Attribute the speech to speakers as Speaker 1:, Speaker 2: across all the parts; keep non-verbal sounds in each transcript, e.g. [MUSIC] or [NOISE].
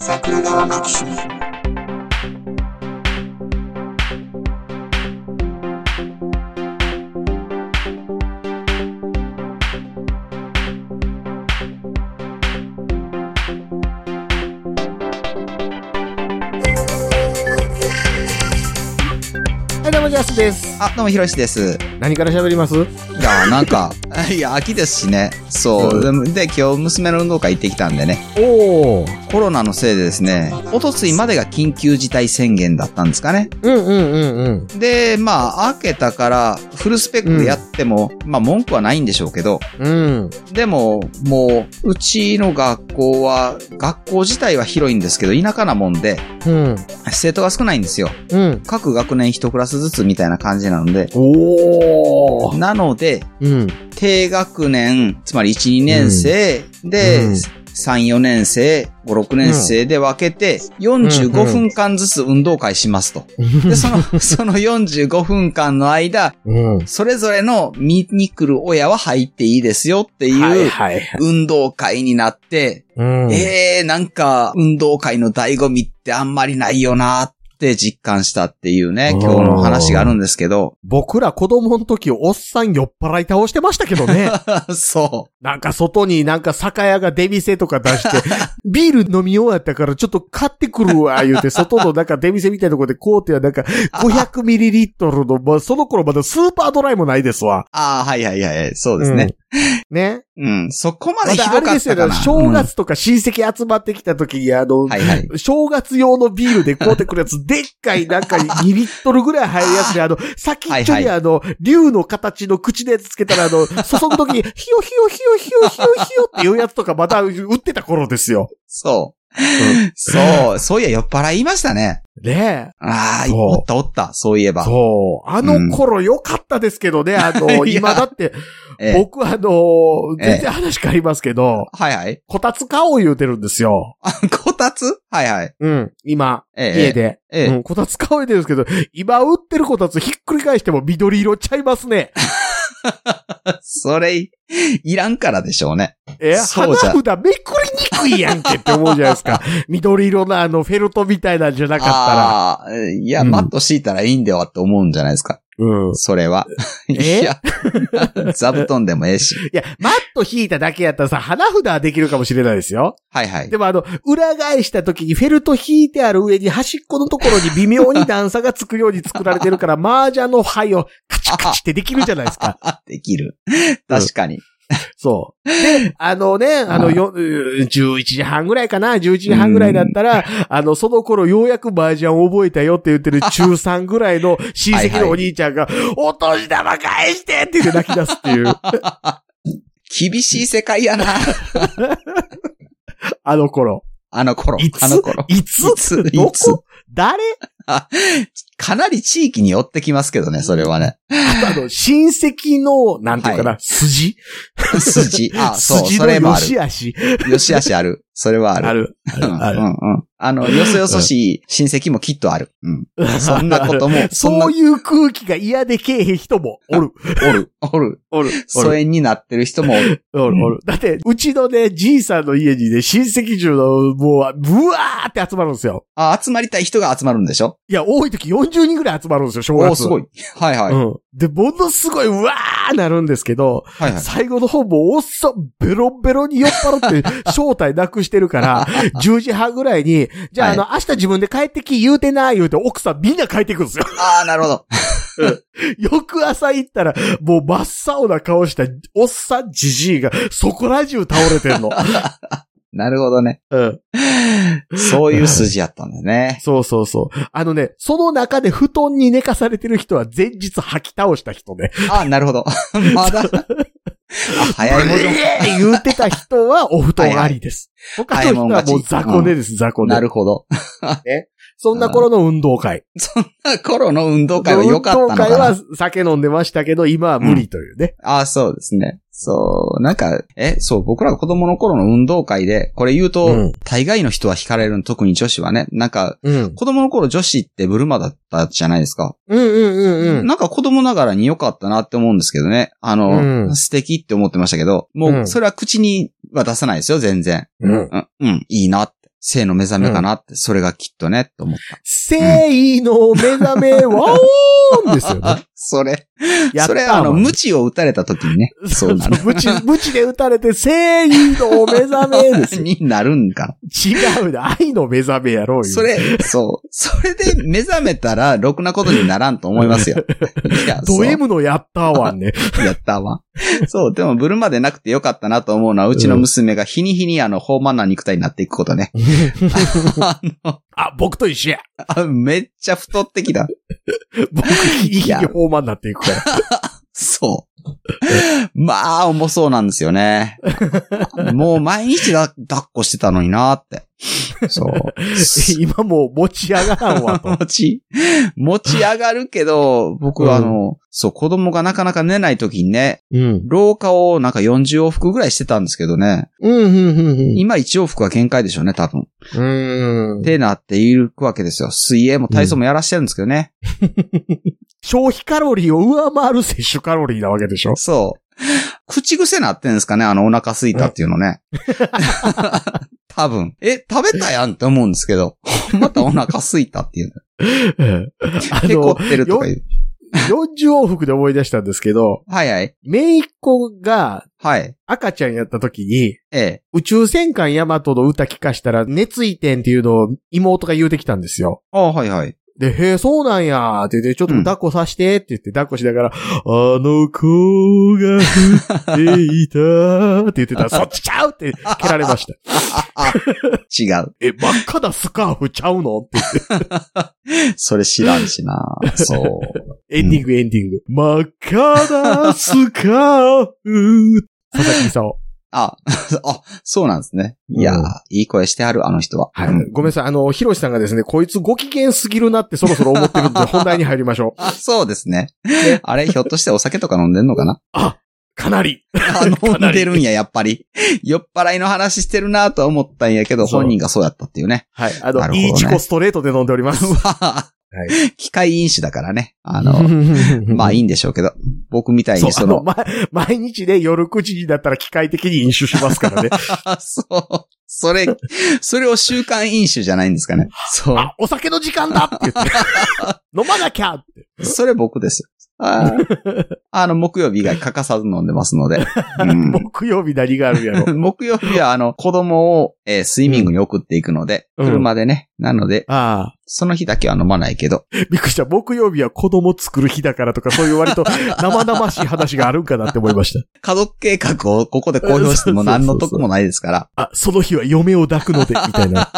Speaker 1: 桜川マキシム
Speaker 2: はい、どうも、ジャスです。
Speaker 3: あ、どうも、ひろしです。
Speaker 2: 何から喋ります
Speaker 3: いや、なんか、 [LAUGHS] いや、秋ですしね。そう。
Speaker 2: う
Speaker 3: で、今日、娘の運動会行ってきたんでね。
Speaker 2: おお。
Speaker 3: コロナのせいでですね、おとついまでが緊急事態宣言だったんですかね。
Speaker 2: うんうんうんうん。
Speaker 3: で、まあ、開けたから、フルスペックでやっても、まあ、文句はないんでしょうけど、
Speaker 2: うん。
Speaker 3: でも、もう、うちの学校は、学校自体は広いんですけど、田舎なもんで、
Speaker 2: うん。
Speaker 3: 生徒が少ないんですよ。
Speaker 2: うん。
Speaker 3: 各学年一クラスずつみたいな感じなので、
Speaker 2: おお。
Speaker 3: なので、
Speaker 2: うん。
Speaker 3: 低学年、つまり1、2年生で、
Speaker 2: うん
Speaker 3: 3、4年生、5、6年生で分けて、45分間ずつ運動会しますと。で、その、
Speaker 2: [LAUGHS]
Speaker 3: その45分間の間、
Speaker 2: うん。
Speaker 3: それぞれの見に来る親は入っていいですよっていう
Speaker 2: はい。
Speaker 3: 運動会になって、
Speaker 2: うん。
Speaker 3: えー、なんか運動会の醍醐味ってあんまりないよなって実感したっていうね、今日の話があるんですけど、 [LAUGHS]
Speaker 2: 僕ら子供の時、おっさん酔っ払い倒してましたけど [LAUGHS] ね。
Speaker 3: そう。
Speaker 2: なんか外になんか酒屋が出店とか出して、 [LAUGHS] ビール飲み終わったからちょっと買ってくるわ、言うて、外のなんか出店みたいなとこでこうてはなん [LAUGHS] か 500ml の、まあ、その頃まだスーパードライもないですわ。
Speaker 3: ああ、はいはいはい、そうですね。
Speaker 2: うん。ね。
Speaker 3: うん、そこまで
Speaker 2: ま
Speaker 3: ひ
Speaker 2: だ
Speaker 3: ど
Speaker 2: あれ
Speaker 3: か
Speaker 2: で
Speaker 3: っ
Speaker 2: すよ
Speaker 3: たか
Speaker 2: ね
Speaker 3: な。。
Speaker 2: 正月とか親戚集まってきた時に、あの、
Speaker 3: うんはいはい。
Speaker 2: 正月用のビールで買うてくるやつ、でっかいなんか2リットルぐらい入るやつで、あの、先っちょ
Speaker 3: はい
Speaker 2: に
Speaker 3: は
Speaker 2: あの、竜の形の口のやつつけたら、あの、注ぐ時に、ひよひよひよひよひよひよっていうやつとかまた売ってた頃ですよ。
Speaker 3: そう。そう、そういや、酔っ払いましたね。
Speaker 2: ね
Speaker 3: ああ、
Speaker 2: そう
Speaker 3: おったおった、そういえ
Speaker 2: え。
Speaker 3: ば。
Speaker 2: そう。あの頃良かったですけどね、あの、
Speaker 3: いや
Speaker 2: 今だって、
Speaker 3: ええ
Speaker 2: 僕あの、
Speaker 3: ええ
Speaker 2: 全然話変わりますけど、
Speaker 3: はいはい。 [LAUGHS]
Speaker 2: こたつ買おう言うてるんですよ。
Speaker 3: こたつはいはい。
Speaker 2: うん、今、
Speaker 3: ええ
Speaker 2: 家。で。
Speaker 3: ええ
Speaker 2: うん、こたつ買おう言うてるんですけど、今売ってるこたつひっくり返しても緑色ちゃいますね。
Speaker 3: それい、いらんからでしょうね。
Speaker 2: え、
Speaker 3: [LAUGHS] そ
Speaker 2: 花
Speaker 3: うじゃ
Speaker 2: 札めくりにくいやんけって思うじゃないです
Speaker 3: [LAUGHS]
Speaker 2: か。緑色のあのフェルトみたいなんじゃなかったら。
Speaker 3: ああー、いや、
Speaker 2: うん
Speaker 3: マット敷いたらいいんではって思うんじゃないですか。
Speaker 2: うん。い
Speaker 3: それは。
Speaker 2: え
Speaker 3: いや、 [LAUGHS] 座布団でもええし。
Speaker 2: や、マット引いただけやったらさ、花札はできるかもしれないですよ。
Speaker 3: はいはい
Speaker 2: で。もあの、裏返した時にフェルト引いてある上に端っこのところに微妙に段差がつくように作られてるから、麻雀の牌をカチカチってできるじゃないですか。
Speaker 3: あ、できる。確かに。
Speaker 2: そう。
Speaker 3: [LAUGHS]
Speaker 2: で、あのね、あの、よ、うー11時半ぐらいかな、11時半ぐらいだったら、あの、その頃ようやく麻雀覚えたよって言っ
Speaker 3: [LAUGHS]
Speaker 2: てる中3ぐらいの親戚のお兄ちゃんが、お年玉返してって言って泣き出すって
Speaker 3: [LAUGHS]
Speaker 2: いう、
Speaker 3: 厳しい世界やな。
Speaker 2: あの頃。
Speaker 3: あの頃
Speaker 2: い。つ
Speaker 3: あの頃。
Speaker 2: いつ
Speaker 3: いつ
Speaker 2: ど
Speaker 3: いつ
Speaker 2: こ誰
Speaker 3: かなり地域に寄ってきますけどね、それはね。
Speaker 2: [LAUGHS] あとあの、親戚の、なんていうかな、筋
Speaker 3: 筋。あ、そう、
Speaker 2: 筋
Speaker 3: そ
Speaker 2: の
Speaker 3: れも
Speaker 2: 良
Speaker 3: ある。
Speaker 2: し悪し。
Speaker 3: よしあしある。それはある。
Speaker 2: ある。
Speaker 3: う
Speaker 2: る
Speaker 3: ん
Speaker 2: ある
Speaker 3: うんうん。あの、よそよそしい親戚もきっとある。うん。そんなことも、そんな
Speaker 2: [LAUGHS] そう、いう空気が嫌でけえへん人もおる。
Speaker 3: おる、 [LAUGHS] おる。
Speaker 2: おる。
Speaker 3: 疎遠になってる人もおる。
Speaker 2: おるおる。だって、うちのね、じいさんの家にね、親戚中の、もう、ぶわーって集まるんですよ。
Speaker 3: あ、集まりたい人が集まるんでしょ
Speaker 2: いや、多い時40人ぐらい集まるんですよ、正月。
Speaker 3: おすごい。はいはい。
Speaker 2: うん。で、ものすごい、うわーなるんですけど、
Speaker 3: はいはい。
Speaker 2: 最後の方もおっさん、ベロベロに酔っ払
Speaker 3: [LAUGHS]
Speaker 2: って、正体なくしてるから、10時半ぐらいに、じゃあ、
Speaker 3: はい
Speaker 2: あの、明日自分で帰ってき言うてな、言うて、奥さんみんな帰ってくるんですよ。 [LAUGHS]
Speaker 3: ああ、なるほど。
Speaker 2: 翌朝行ったら、もう真っ青な顔した、おっさんじじいが、そこら中倒れて
Speaker 3: [LAUGHS]
Speaker 2: んの。
Speaker 3: なるほどね。
Speaker 2: うん。
Speaker 3: そういう筋やったんだね。
Speaker 2: そうそうそう。あのね、その中で布団に寝かされてる人は前日吐き倒した人ね。
Speaker 3: ああ、なるほど。 [LAUGHS]
Speaker 2: [LAUGHS]
Speaker 3: まだ。あ早いもの。
Speaker 2: 言うてた人はお布団ありです。他の人はもう雑魚寝です、雑魚寝。
Speaker 3: なるほど。 [LAUGHS]
Speaker 2: そんな頃の運動会。
Speaker 3: 頃の運動会は良かったのかな
Speaker 2: 運動会は酒飲んでましたけど、今は無理というね。
Speaker 3: ああ、そうですね。そう、なんか、え、そう、僕ら子供の頃の運動会で、これ言うと、
Speaker 2: うん
Speaker 3: 大概の人は惹かれるの、特に女子はね、なんか、
Speaker 2: うん。
Speaker 3: 子供の頃女子ってブルマだったじゃないですか。
Speaker 2: うんうんうんうん。
Speaker 3: なんか子供ながらに良かったなって思うんですけどね。あの、
Speaker 2: うん
Speaker 3: 素敵って思ってましたけど、も
Speaker 2: う
Speaker 3: う、
Speaker 2: ん
Speaker 3: それは口には出さないですよ、全然。
Speaker 2: うん。
Speaker 3: うん、うん、いいなって。性の目覚めかなって、それがきっとね、と思った。
Speaker 2: 誠意の目覚め、ワオーンですよね。
Speaker 3: あ、それ、
Speaker 2: やった
Speaker 3: そ
Speaker 2: わ
Speaker 3: れあの、無知を打たれた時
Speaker 2: [LAUGHS]
Speaker 3: にね、そうなる。
Speaker 2: 無知、無知で打たれて、正義の目覚めですよ。
Speaker 3: になるんか。
Speaker 2: 違うで、愛の目覚めやろうよ。
Speaker 3: それ、そう。それで目覚めたら、ろくなことにならんと思います [LAUGHS] よ。いや、
Speaker 2: ド
Speaker 3: そう
Speaker 2: M のやったわね。
Speaker 3: やったわ。そう、でもブルマでなくてよかったなと思うのは、うちの娘が日に日にあの、豊満な肉体になっていくことね。あの
Speaker 2: [LAUGHS] あ、僕と一緒や。
Speaker 3: あめっちゃ太ってきた。
Speaker 2: 僕、いい
Speaker 3: や
Speaker 2: 方満になっていく [LAUGHS] から。
Speaker 3: そう。まあ、重そうなんですよね。もう毎日だ抱っこしてたのになって。そう。
Speaker 2: 今もう持ち上がらんわと。
Speaker 3: 持ち、持ち上がるけど、僕はあの、そう、子供がなかなか寝ない時にね、
Speaker 2: うん。
Speaker 3: 廊下をなんか40往復ぐらいしてたんですけどね、
Speaker 2: うん、うん、うん
Speaker 3: 今1往復は限界でしょうね、多分。
Speaker 2: うん。
Speaker 3: っ
Speaker 2: で、
Speaker 3: てなっていくわけですよ。水泳も体操もやらしてるんですけどね。
Speaker 2: 消費カロリーを上回る摂取カロリーなわけでしょ
Speaker 3: そう。口癖なってんですかねあの、お腹すいたっていう
Speaker 2: [LAUGHS]
Speaker 3: のね。多分。え、食べたやんって思うんですけど。 [LAUGHS] またお腹すいたっていう。
Speaker 2: うんあ
Speaker 3: 手こ
Speaker 2: の、
Speaker 3: ってるとか言う。
Speaker 2: 40往復で思い出したんですけど、
Speaker 3: はいはい。
Speaker 2: 姪っ子が
Speaker 3: はい。
Speaker 2: 赤ちゃんやった時に、
Speaker 3: ええ。
Speaker 2: 宇宙戦艦ヤマトの歌聞かしたら、熱意点っていうのを妹が言うてきたんですよ。
Speaker 3: ああ、はいはい。
Speaker 2: で、へえ、そうなんやーって言って、ちょっと
Speaker 3: うん
Speaker 2: 抱っこさせてって言って、抱っこしながら、あの子が降っていたーって言って [LAUGHS] たら、そっちちゃうって蹴られました。
Speaker 3: 違う。
Speaker 2: [LAUGHS] え、真っ赤なスカーフちゃうのって
Speaker 3: それ知らんしな。そう。
Speaker 2: エンディングエンディング。真っ赤なスカーフ。佐々木さん。
Speaker 3: あ、 [LAUGHS] あ、そうなんですね。いやー
Speaker 2: うん
Speaker 3: いい声してある、あの人は。
Speaker 2: はい
Speaker 3: うん。
Speaker 2: ごめんなさい。あの、ヒロシさんがですね、こいつご機嫌すぎるなってそろそろ思って [LAUGHS] るんで、本題に入りましょう。
Speaker 3: あ、そうですね。あれ、ひょっとしてお酒とか飲んでんのかな
Speaker 2: [LAUGHS] かなり。
Speaker 3: あ
Speaker 2: かな
Speaker 3: 飲ん
Speaker 2: り
Speaker 3: でるんや、やっぱり。酔っ払いの話してるなとは思ったんやけど、
Speaker 2: そう
Speaker 3: 本人がそうやったっていうね。
Speaker 2: はい。あの、
Speaker 3: なるほどね
Speaker 2: いいチコストレートで飲んでおります。
Speaker 3: はい、 [LAUGHS] 機械飲酒だからね。あ
Speaker 2: あ
Speaker 3: の、
Speaker 2: [LAUGHS]
Speaker 3: まあい
Speaker 2: い。
Speaker 3: いんでしょうけど、僕みたい
Speaker 2: そう
Speaker 3: に、そ
Speaker 2: あの、
Speaker 3: の、 [LAUGHS]
Speaker 2: ま、毎日ね、夜9時になったら機械的に飲酒しますからね。
Speaker 3: そう、それ、それを習慣飲酒じゃないんですかね。 [LAUGHS] そ
Speaker 2: あ、お酒の時間だって言って。 [LAUGHS] 飲まなきゃって。
Speaker 3: う、それ僕ですよ。
Speaker 2: [LAUGHS]
Speaker 3: あーあの、木曜日以外欠かさず飲んでますので。う
Speaker 2: [LAUGHS]
Speaker 3: ん
Speaker 2: 木曜日何があるやろ。
Speaker 3: 木曜日は、あの、子供を、えースイミングに送っていくので、
Speaker 2: うん
Speaker 3: 車でね。なので、
Speaker 2: ああ。
Speaker 3: その日だけは飲まないけど、
Speaker 2: びっくりした。木曜日は子供作る日だからとか、そういう
Speaker 3: [LAUGHS]
Speaker 2: 割と生々しい話があるんかなって思いました。
Speaker 3: 家族計画をここで公表しても何の得もないですから。
Speaker 2: あ、その日は嫁を抱くので、みたい
Speaker 3: [LAUGHS]
Speaker 2: な。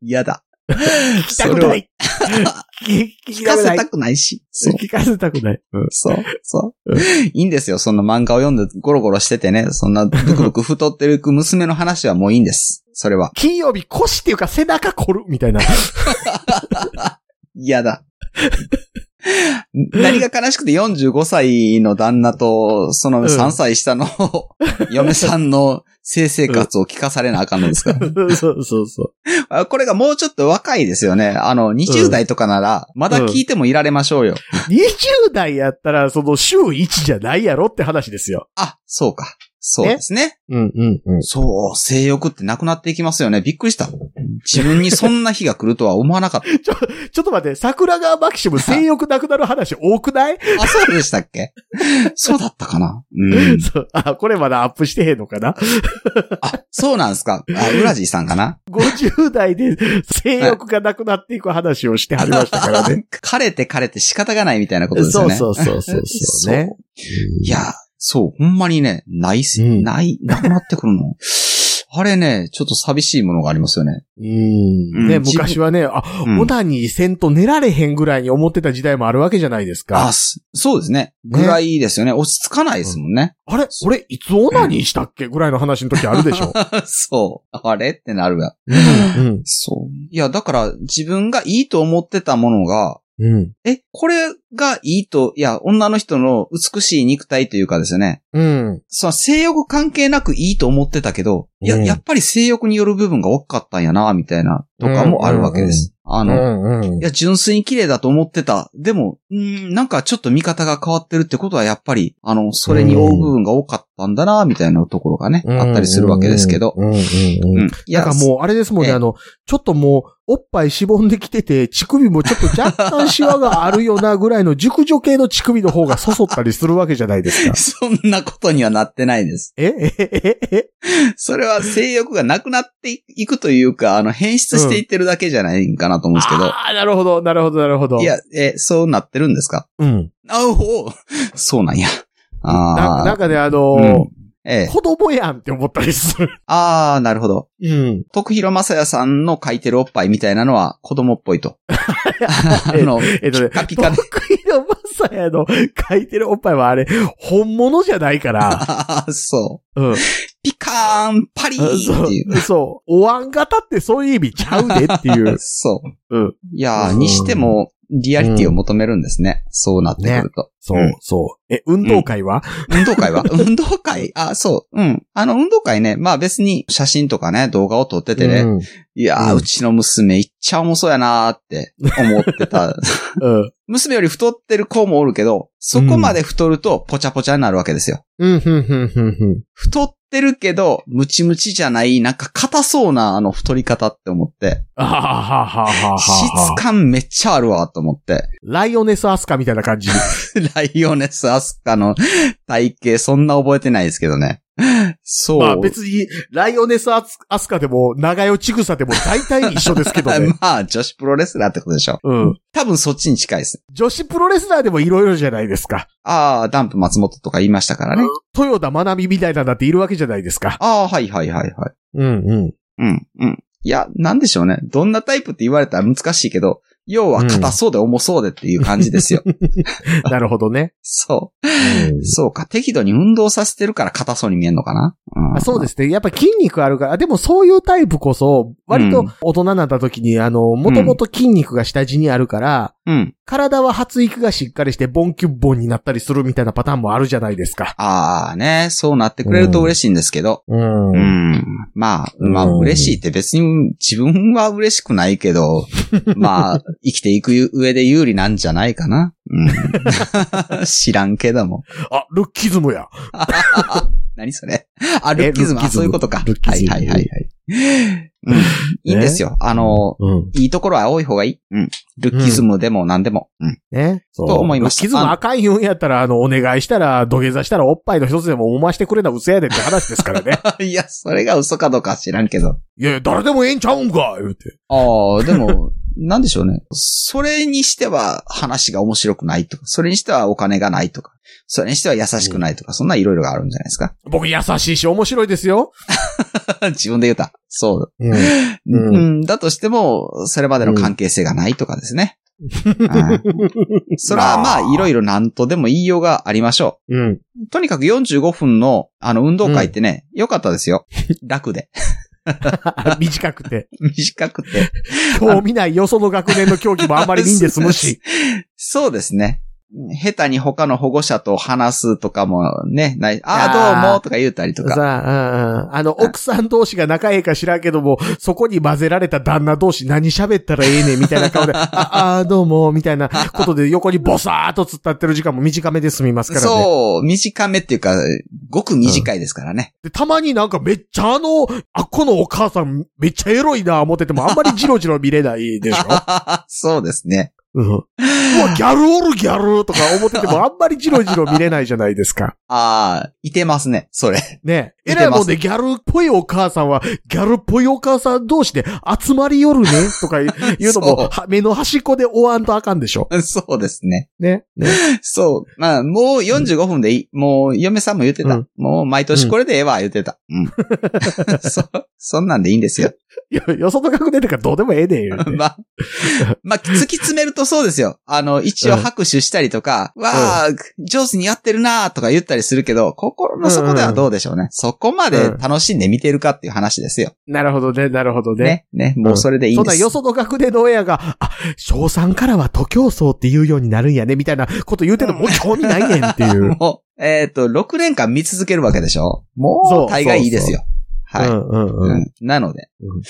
Speaker 3: 嫌だ。
Speaker 2: [LAUGHS] 聞きたくない。聞き
Speaker 3: [LAUGHS] 聞
Speaker 2: た
Speaker 3: か
Speaker 2: くな
Speaker 3: せ
Speaker 2: い
Speaker 3: た。くないし。そう。
Speaker 2: 聞かせたくない。
Speaker 3: [LAUGHS]
Speaker 2: うん
Speaker 3: そう。そうう。いいんですよ。そんな漫画を読んでゴロゴロしててね。そんなブクブク太ってる娘の話はもういいんです。それは。
Speaker 2: 金曜日腰っていうか背中凝るみ
Speaker 3: [LAUGHS]
Speaker 2: たいな。[LAUGHS]
Speaker 3: 嫌だ。何が悲しくて45歳の旦那と、その3歳下の嫁さんの性生活を聞かされなあかんのですから。
Speaker 2: そうそうそ
Speaker 3: あこれがもうちょっと若いですよね。あの、20代とかなら、まだ聞いてもいられましょうよ。
Speaker 2: う。20代やったら、その週1じゃないやろって話ですよ。
Speaker 3: あ、そうか。そうですね。
Speaker 2: うんうんうん。
Speaker 3: そう、性欲ってなくなっていきますよね。びっくりした。自分にそんな日が来るとは思わなかった。
Speaker 2: ちょっと待って、桜川マキシム性欲なくなる話多くない、 [LAUGHS]
Speaker 3: あ、そうでしたっけそうだったかな
Speaker 2: [LAUGHS]
Speaker 3: うん。
Speaker 2: そうあ、これまだアップしてへんのかな
Speaker 3: あ、そうなんですか。あ、ウラジーさんかな
Speaker 2: ?50 代で性欲がなくなっていく話をしてはりましたからね。
Speaker 3: 枯れて枯れて仕方がないみたいなことですよ
Speaker 2: [LAUGHS] そう
Speaker 3: ね。
Speaker 2: そうそうそうそうね。
Speaker 3: いや、そう、ほんまにね、ないす、
Speaker 2: うん
Speaker 3: ない、なくなってくるの。あれね、ちょっと寂しいものがありますよね。
Speaker 2: うん。ね、昔はね、あ、
Speaker 3: うん
Speaker 2: オナニーせんと寝られへんぐらいに思ってた時代もあるわけじゃないですか。
Speaker 3: あ、すそうですね。
Speaker 2: ね
Speaker 3: ぐらいですよね。落ち着かないですもんね。
Speaker 2: あれ俺、いつオナニーしたっけぐらいの話の時あるでしょ。
Speaker 3: [LAUGHS] そう。あれってなるわ。
Speaker 2: うん。
Speaker 3: そう。いや、だから自分がいいと思ってたものが、
Speaker 2: うん。
Speaker 3: え、これがいいと、いや、女の人の美しい肉体というかですね、
Speaker 2: うん。
Speaker 3: その性欲関係なくいいと思ってたけど、いや、
Speaker 2: うん
Speaker 3: やっぱり性欲による部分が多かったんやな、みたいな、とかもあるわけです。あ
Speaker 2: うん
Speaker 3: の、
Speaker 2: うん
Speaker 3: い。や、純粋に綺麗だと思ってた。でも、うーんなんかちょっと見方が変わってるってことは、やっぱり、あの、それに追う部分が多かったんだな、みたいなところがね、あったりするわけですけど。
Speaker 2: うんうんうん。
Speaker 3: うん。い
Speaker 2: いや、だからもう、あれですもん
Speaker 3: え
Speaker 2: ね、
Speaker 3: え。
Speaker 2: あの、ちょっともう、おっぱいしぼんできてて、乳首もちょっと若干シワがあるよなぐらいの熟女系の乳首の方がそそったりするわけじゃないですか
Speaker 3: [LAUGHS] そんなことにはなってないです。
Speaker 2: えええええ
Speaker 3: それは性欲がなくなっていくというか、あの、変質していってるだけじゃないんかなと思うんですけど。
Speaker 2: ああ、なるほど、なるほど、なるほど。
Speaker 3: いや、え、そうなってるんですか
Speaker 2: うん。
Speaker 3: あおうそうなんや。
Speaker 2: な
Speaker 3: あ
Speaker 2: なん
Speaker 3: あ。
Speaker 2: かね、あの
Speaker 3: うんええ。
Speaker 2: 子供やんって思ったりする。
Speaker 3: ああ、なるほど。
Speaker 2: [LAUGHS] うん。
Speaker 3: 徳広正也さんの書いてるおっぱいみたいなのは子供っぽいと。あの、
Speaker 2: えっとね、
Speaker 3: ピカピカで。
Speaker 2: 得意のマサヤの書いてるおっぱいはあれ、本物じゃない
Speaker 3: [LAUGHS]
Speaker 2: から。
Speaker 3: ああ、そう。
Speaker 2: うん。
Speaker 3: ピカーン、パリーンっていう。
Speaker 2: そう、そう。お椀型ってそういう意味ちゃうでっていう。
Speaker 3: そう。
Speaker 2: うん。
Speaker 3: いや
Speaker 2: う
Speaker 3: ー、
Speaker 2: ん
Speaker 3: にしても、リアリティを求めるんですね。そうなってくると。
Speaker 2: そう
Speaker 3: うん、
Speaker 2: そう。え、運動会は
Speaker 3: 運動
Speaker 2: [LAUGHS]
Speaker 3: 会は運動会あ、そう。うん。あの、運動会ね、まあ別に写真とかね、動画を撮っててね、
Speaker 2: うん
Speaker 3: いやー、
Speaker 2: う
Speaker 3: うんちの娘いっちゃ重そうやなーって思っ
Speaker 2: [LAUGHS]
Speaker 3: てた。
Speaker 2: うん。
Speaker 3: 娘より太ってる子もおるけど、そこまで太るとポチャポチャになるわけですよ。
Speaker 2: うん、ふん、ふん、ふん、ふん。
Speaker 3: 太ってるけど、ムチムチじゃない、なんか硬そうなあの太り方って思って、
Speaker 2: あははははは
Speaker 3: 質感めっちゃあるわと思って、
Speaker 2: ライオネスアスカみたいな感じ。
Speaker 3: ライオネスアスカの体型そんな覚えてないですけどね。そう。。
Speaker 2: まあ別に、ライオネスアスアスカでも、長代千草でも大体一緒ですけどね
Speaker 3: まあ、女子プロレスラーってことでしょ。
Speaker 2: うん。
Speaker 3: 多分そっちに近いです。
Speaker 2: 女子プロレスラーでもいろいろじゃないですか。
Speaker 3: ああ、ダンプ松本とか言いましたからね。
Speaker 2: 豊田真奈美みたいなんだっているわけじゃないですか。
Speaker 3: ああ、はいはいはいはい。
Speaker 2: うん、うん。
Speaker 3: うん、うん。いや、なんでしょうね。どんなタイプって言われたら難しいけど、要は硬そうで重そうでっていう感じです [LAUGHS] よ。
Speaker 2: なるほどね。
Speaker 3: そう。そうか、適度に運動させてるから硬そうに見えるのかな、うん
Speaker 2: あそうですね。やっぱ筋肉あるから、でもそういうタイプこそ、割
Speaker 3: う
Speaker 2: と
Speaker 3: ん
Speaker 2: 大人になった時に、あの、もともと筋肉が下地にあるから、
Speaker 3: うん。
Speaker 2: 体は発育がしっかりして、ボンキュッボンになったりするみたいなパターンもあるじゃないですか。
Speaker 3: ああね、そうなってくれると嬉しいんですけど。
Speaker 2: うん
Speaker 3: うん。まあ、まあ、
Speaker 2: うん
Speaker 3: 嬉しいって別に自分は嬉しくない
Speaker 2: [LAUGHS]
Speaker 3: けど、まあ、生きていく上で有利なんじゃないかな。
Speaker 2: [LAUGHS]
Speaker 3: うん、知らんけども。
Speaker 2: あ、ルッキズムや。
Speaker 3: 何それあ、ル
Speaker 2: えルッ
Speaker 3: ッキズム。
Speaker 2: キズム
Speaker 3: あ、そういうことか。
Speaker 2: ルッキ
Speaker 3: は
Speaker 2: ズ
Speaker 3: い
Speaker 2: ム
Speaker 3: はいはいはい。うん、いいんですよ。あの、
Speaker 2: うん。
Speaker 3: いいところは多い方がいい。うん。ルッキズムでも何でも。うん。
Speaker 2: ね。そう
Speaker 3: と思いました
Speaker 2: ルッキズム赤い言うんやったら、あの、お願いしたら、土下座したら、おっぱいの一つでも揉ましてくれな嘘やでって話ですから
Speaker 3: [LAUGHS]
Speaker 2: ね。
Speaker 3: いや、それが嘘かどうかは知らんけど。
Speaker 2: いやいや、誰でもええんちゃうんか言うて。
Speaker 3: ああ、
Speaker 2: [LAUGHS]
Speaker 3: でも、なんでしょうね。それにしては話が面白くないとか、それにしてはお金がないとか、それにしては優しくないとか、そんないろいろがあるんじゃないですか。 [LAUGHS]
Speaker 2: 僕優しいし、面白いですよ。
Speaker 3: 自分で言うた。 [LAUGHS] そう。
Speaker 2: うん。
Speaker 3: うん
Speaker 2: う、
Speaker 3: だとしても、それまでの関係性がないとかです [LAUGHS] ね。うんそれはまあ、いろいろなんとでも言いようがありましょ
Speaker 2: うん。
Speaker 3: う。とにかく45分の、あの、運動会ってね、良、かったです [LAUGHS] よ。楽で。
Speaker 2: [LAUGHS] 短くて。
Speaker 3: 短くて。
Speaker 2: 興味ないよ、その学年の競技もあんまりいいんですむ
Speaker 3: [LAUGHS]
Speaker 2: し。
Speaker 3: そうですね。下手に他の保護者と話すとかもね、ない、
Speaker 2: あ
Speaker 3: あ
Speaker 2: ー
Speaker 3: あ、どうもとか言ったりとか。
Speaker 2: さあ、うんあの、奥さん同士が仲ええか知らんけど
Speaker 3: [LAUGHS]
Speaker 2: も、そこに混ぜられた旦那同士何喋ったらええねんみたいな
Speaker 3: [LAUGHS]
Speaker 2: 顔で、あ、あ、どうも、みたいなことで横にボサーっと突っ立ってる時間も短めで済みますからね。
Speaker 3: そう、短めっていうか、ごく短いですからね。
Speaker 2: で、たまになんかめっちゃあの、あっこのお母さんめっちゃエロいな思っててもあんまりジロジロ見れないでし
Speaker 3: [LAUGHS]
Speaker 2: ょ
Speaker 3: そうですね。
Speaker 2: うん。うわ、ギャルおるギャルとか思ってて
Speaker 3: [LAUGHS]
Speaker 2: もあんまりジロジロ見れないじゃないですか。
Speaker 3: ああ、いてますね、それ。 [LAUGHS]
Speaker 2: ねえ。
Speaker 3: 見
Speaker 2: え
Speaker 3: てます
Speaker 2: らいもんでギャルっぽいお母さんは、ギャルっぽいお母さん同士で集まり寄るね、とか言う言うの
Speaker 3: [LAUGHS]
Speaker 2: も、
Speaker 3: そう
Speaker 2: は目の端っこでおわんとあかんでしょ。
Speaker 3: そうですね。
Speaker 2: ね。ね
Speaker 3: そう。まあ、もう45分でいい。もう、嫁さんも言ってた。
Speaker 2: うん
Speaker 3: もう、毎年これでええわ、言ってた。 [LAUGHS] うん。そ、そんなんでいいんですよ。
Speaker 2: よ、よその学年とかどうでもええねん言うて。
Speaker 3: まあ、まあ、突き詰めるとそうですよ。あの、一応拍手したりとか、わあ、上手にやってるなーとか言ったりするけど、心の底ではどうでしょうね。そこまで楽しんで見てるかっていう話ですよ。
Speaker 2: なるほどね、なるほどね。
Speaker 3: ね。ね。もうそれでいい
Speaker 2: そ
Speaker 3: ん
Speaker 2: ん
Speaker 3: で
Speaker 2: な
Speaker 3: す。
Speaker 2: よその学年の親が、あ、小3からは徒競走って言うようになるんやね、みたいなこと言うてんのもう興味ないねんって
Speaker 3: [LAUGHS]
Speaker 2: いう。うん
Speaker 3: もう、えっ、と、6年間見続けるわけでしょ
Speaker 2: そ
Speaker 3: も
Speaker 2: う
Speaker 3: う、大概いいですよ。はい。
Speaker 2: うんう。
Speaker 3: うんんなので、
Speaker 2: うん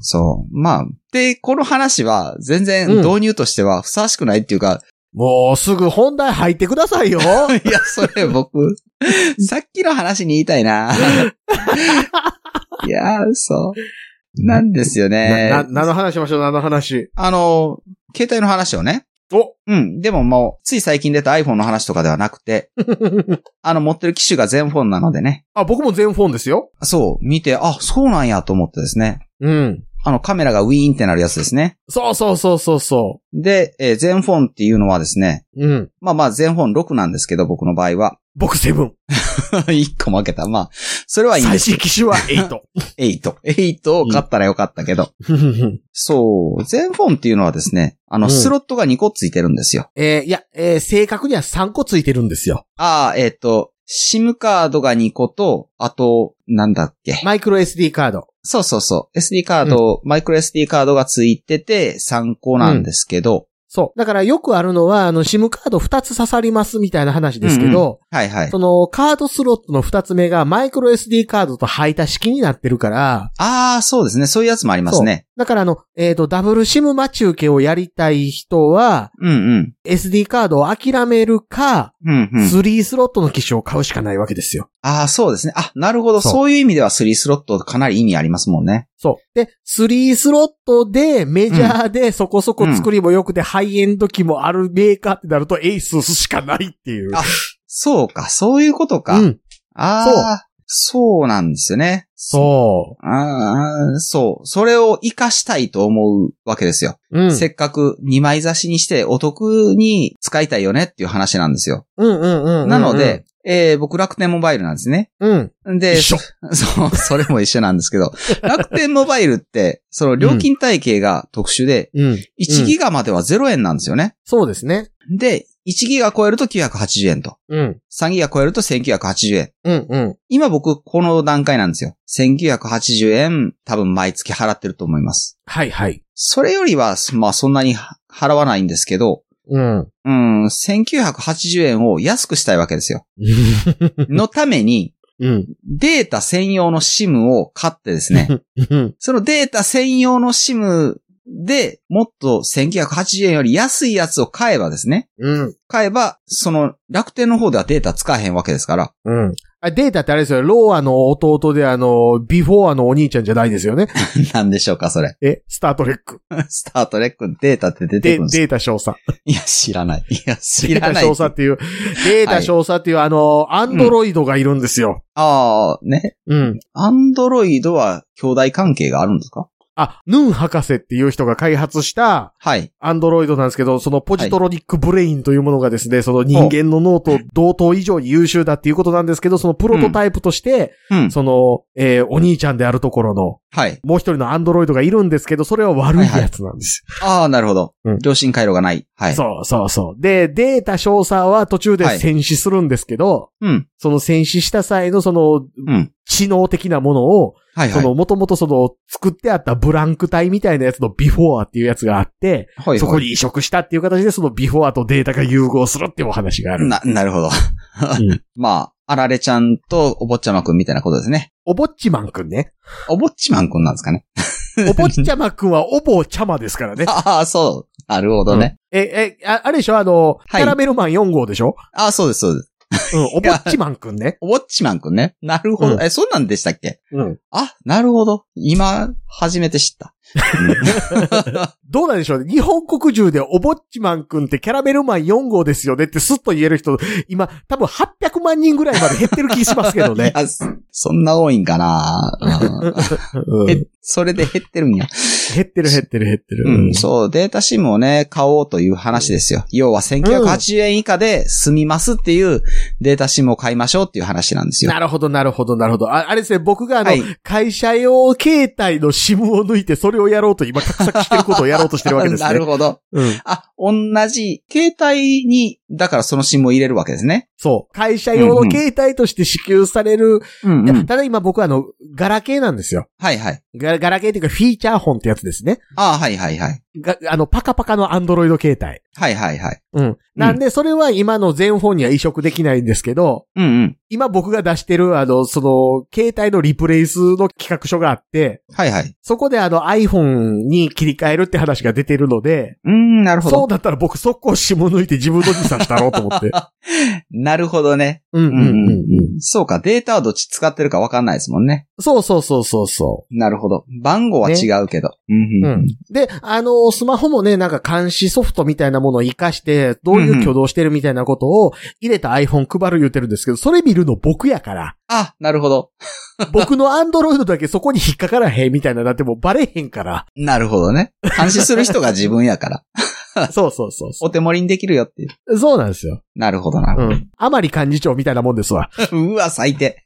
Speaker 3: そう。まあ、で、この話は全然
Speaker 2: うん
Speaker 3: 導入としてはふさわしくないってい
Speaker 2: [LAUGHS]
Speaker 3: うか、
Speaker 2: もうすぐ本題入ってくださいよ。
Speaker 3: いや、それ
Speaker 2: [LAUGHS]
Speaker 3: 僕、さっきの話に言いたいな。いや、そう。 [LAUGHS] なんですよね。
Speaker 2: な、な、何の話しましょう、何の話。
Speaker 3: あの、携帯の話をね。
Speaker 2: お
Speaker 3: うん。でももう、つい最近出た iPhone の話とかではなくて、あの、持ってる機種が全フォンなのでね。
Speaker 2: [LAUGHS] あ、僕も全フォンですよ。
Speaker 3: そう、見て、あ、そうなんやと思ってですね。
Speaker 2: うん。
Speaker 3: あの、カメラがウィーンってなるやつですね。
Speaker 2: そうそうそうそうそ
Speaker 3: で、えー全フォンっていうのはですね、
Speaker 2: う。うん。
Speaker 3: まあまあ全フォン6なんですけど、僕の場合は。
Speaker 2: 僕セブン。
Speaker 3: [LAUGHS] 1個負けた。まあ、それはいいん
Speaker 2: 最
Speaker 3: です。
Speaker 2: 新機種は8。
Speaker 3: [LAUGHS] 8。8を買ったらよかったけど。そう、全フォンっていうのはですね、あの、
Speaker 2: うん
Speaker 3: スロットが2個ついてるんですよ。
Speaker 2: えーいや、えー正確には3個ついてるんですよ。
Speaker 3: ああ、えっ、と、シムカードが2個と、あと、なんだっけ。
Speaker 2: マイクロ SD カード。
Speaker 3: そうそうそう。SD カード、マイクロ SD カードがついてて3個なんですけど。
Speaker 2: そう。だからよくあるのは、あの、SIM カード2つ刺さりますみたいな話ですけど、
Speaker 3: はいはい。
Speaker 2: その、カードスロットの2つ目がマイクロ SD カードと配達式になってるから、
Speaker 3: ああ、そうですね。そういうやつもありますね。
Speaker 2: だからあの、えっ、と、ダブル SIM 待ち受けをやりたい人は、
Speaker 3: うんうん。
Speaker 2: SD カードを諦めるか、
Speaker 3: うんうん。
Speaker 2: 3スロットの機種を買うしかないわけですよ。
Speaker 3: ああ、そうですね。あ、なるほど。そ
Speaker 2: そう
Speaker 3: ういう意味では3スロットかなり意味ありますもんね。
Speaker 2: そう。で、3スロットで、メジャーで、そこそこ作りも良くて、ハイエンド機もあるメーカーってなると、エイスしかないっていう。
Speaker 3: あそうか、そういうことか。
Speaker 2: うん。
Speaker 3: ああ、そうなんですよね。
Speaker 2: そ
Speaker 3: ああ、そう。それを活かしたいと思うわけですよ。
Speaker 2: う。うん。
Speaker 3: せっかく2枚差しにしてお得に使いたいよねっていう話なんですよ。
Speaker 2: うんうんうんうん。
Speaker 3: なので、、えー僕楽天モバイルなんですね。
Speaker 2: うん。
Speaker 3: で、
Speaker 2: 一緒。
Speaker 3: [LAUGHS] そう、それも一緒なんですけど、楽天モバイルって、その料金体系が特殊で、
Speaker 2: うん。
Speaker 3: 1ギガまでは0円なんですよね。
Speaker 2: そうですね。
Speaker 3: で、1ギガ超えると980円と、
Speaker 2: うん。
Speaker 3: 3ギガ超えると1980円。
Speaker 2: うんうん。
Speaker 3: 今僕、この段階なんですよ。1980円、多分毎月払ってると思います。
Speaker 2: はいはい。
Speaker 3: それよりは、まあそんなに払わないんですけど、
Speaker 2: うん。
Speaker 3: うん、1980円を安くしたいわけですよ。のために、
Speaker 2: うん。
Speaker 3: データ専用の SIM を買ってですね、
Speaker 2: うん。
Speaker 3: そのデータ専用の SIM でもっと1980円より安いやつを買えばですね、
Speaker 2: うん。
Speaker 3: 買えば、その楽天の方ではデータ使えへんわけですから、
Speaker 2: うん。あ、データってあれですよ。ローアの弟であの、ビフォーアのお兄ちゃんじゃないですよね。
Speaker 3: なんでしょうか、それ。 [LAUGHS]
Speaker 2: え、スタートレック。
Speaker 3: スタートレックのデータって出て
Speaker 2: で、
Speaker 3: くるんです
Speaker 2: データ少佐。
Speaker 3: いや、知らない。いや、知
Speaker 2: デー
Speaker 3: ら
Speaker 2: タ
Speaker 3: ない。
Speaker 2: 少佐っていう、データ少佐っていうあの、アンドロイドがいるんですよ。
Speaker 3: ああ、ね。
Speaker 2: うん。
Speaker 3: アンドロイドは兄弟関係があるんですか
Speaker 2: あ、ヌン博士っていう人が開発した、
Speaker 3: はい。
Speaker 2: アンドロイドなんですけど、そのポジトロニックブレインというものがですね、その人間の脳と同等以上に優秀だっていうことなんですけど、そのプロトタイプとして、
Speaker 3: うん。
Speaker 2: その、えーお兄ちゃんであるところの、
Speaker 3: はい。
Speaker 2: もう一人のアンドロイドがいるんですけど、それは悪いやつなんです。
Speaker 3: ああ、なるほど
Speaker 2: うん。
Speaker 3: 良心回路がない。はい。
Speaker 2: そうそうそう。で、データ少佐は途中で
Speaker 3: はい
Speaker 2: 戦死するんですけど、
Speaker 3: うん。
Speaker 2: その戦死した際のその、
Speaker 3: うん。
Speaker 2: 知能的なものを、
Speaker 3: はいは
Speaker 2: そ
Speaker 3: い。
Speaker 2: の、もともとその、作ってあったブランク体みたいなやつのビフォーっていうやつがあって、
Speaker 3: はいはい
Speaker 2: そこに移植したっていう形で、そのビフォーとデータが融合するっていうお話がある。
Speaker 3: な、なるほど。
Speaker 2: ん
Speaker 3: [LAUGHS] まあ、あられちゃんとおぼっちゃまくんみたいなことですね。
Speaker 2: おぼっちまんくんね。
Speaker 3: おぼっちまんくんなんですかね。。
Speaker 2: おぼっちゃまくんはおぼちゃまですからね
Speaker 3: [LAUGHS] ああ、そう。なるほどね。
Speaker 2: え、え、ああれでしょあの、
Speaker 3: はい
Speaker 2: キャラメルマン4号でしょ
Speaker 3: ああ、そうです、そうです。
Speaker 2: うん、おぼっちまんくんね。
Speaker 3: おぼっちまんくんね。なるほど。
Speaker 2: うん
Speaker 3: え、そんなんでしたっけ
Speaker 2: うん。
Speaker 3: あ、なるほど。今、初めて知った。
Speaker 2: どうなんでしょうね日本国中でおぼっちまんくんってキャラメルマン4号ですよねってスッと言える人、今、多分800万人ぐらいまで減ってる気しますけどね
Speaker 3: い。やそそんな多いん
Speaker 2: [LAUGHS]
Speaker 3: かな、
Speaker 2: うん
Speaker 3: [LAUGHS] うんえ、それで減ってるんや。
Speaker 2: 減ってる減ってる減ってる。
Speaker 3: うん、そう、データシムをね、買おうという話ですよ。要は1980円以下で済みますっていうデータシムを買いましょうっていう話なんですよ。
Speaker 2: なるほど、なるほど、なるほど。ああれですね、僕があの、
Speaker 3: はい
Speaker 2: 会社用携帯の SIM を抜いて、それをやろうと、今、画策してることをやろうとしてるわけですね。
Speaker 3: [LAUGHS] なるほど。
Speaker 2: うん。
Speaker 3: あ、同じ携帯に、だからその SIM を入れるわけですね。
Speaker 2: そう。会社用の携帯として支給される。
Speaker 3: うん、
Speaker 2: いやただ今僕はあの、ガラケーなんですよ。
Speaker 3: はいはい。
Speaker 2: ガガラケーっていうかフィーチャーフォンってやつですね。
Speaker 3: ああ、はいはいはい。
Speaker 2: が、あの、パカパカのアンドロイド携帯。
Speaker 3: はいはいはい。
Speaker 2: うん。なんで、それは今の全本には移植できないんですけど、
Speaker 3: うんうん。
Speaker 2: 今僕が出してる、あの、その、携帯のリプレイスの企画書があって、
Speaker 3: はいはい。
Speaker 2: そこであの iPhone に切り替えるって話が出てるので、
Speaker 3: うーん、なるほ
Speaker 2: そう
Speaker 3: ど。
Speaker 2: だったら僕速攻下抜いて自分のにさしたろうと思 [LAUGHS] って。
Speaker 3: なるほどね。
Speaker 2: うんう
Speaker 3: うん
Speaker 2: うんうん。
Speaker 3: ん。そうか、データはどっち使ってるかわかんないですもんね。
Speaker 2: そうそうそうそうそ
Speaker 3: なるほど。番号は違うけど。
Speaker 2: う。
Speaker 3: う
Speaker 2: うんん。で、あの、スマホもね、なんか監視ソフトみたいなものを活かして、どういう挙動してるみたいなことを入れた iPhone 配る言ってるんですけど、それ見るの僕やから。
Speaker 3: あ、なるほど。
Speaker 2: 僕のアンドロイドだけそこに引っかからへんみたいななってもうバレへん
Speaker 3: [LAUGHS]
Speaker 2: から。
Speaker 3: なるほどね。監視する人が自分や
Speaker 2: [LAUGHS]
Speaker 3: から。
Speaker 2: そうそうそうそ
Speaker 3: お手盛りにできるよっていう。
Speaker 2: う。そうなんですよ。
Speaker 3: なるほどなる
Speaker 2: う
Speaker 3: ほ
Speaker 2: ん。甘利幹事長みたいなもんですわ。
Speaker 3: ど。うわ、最
Speaker 2: [LAUGHS]
Speaker 3: 低。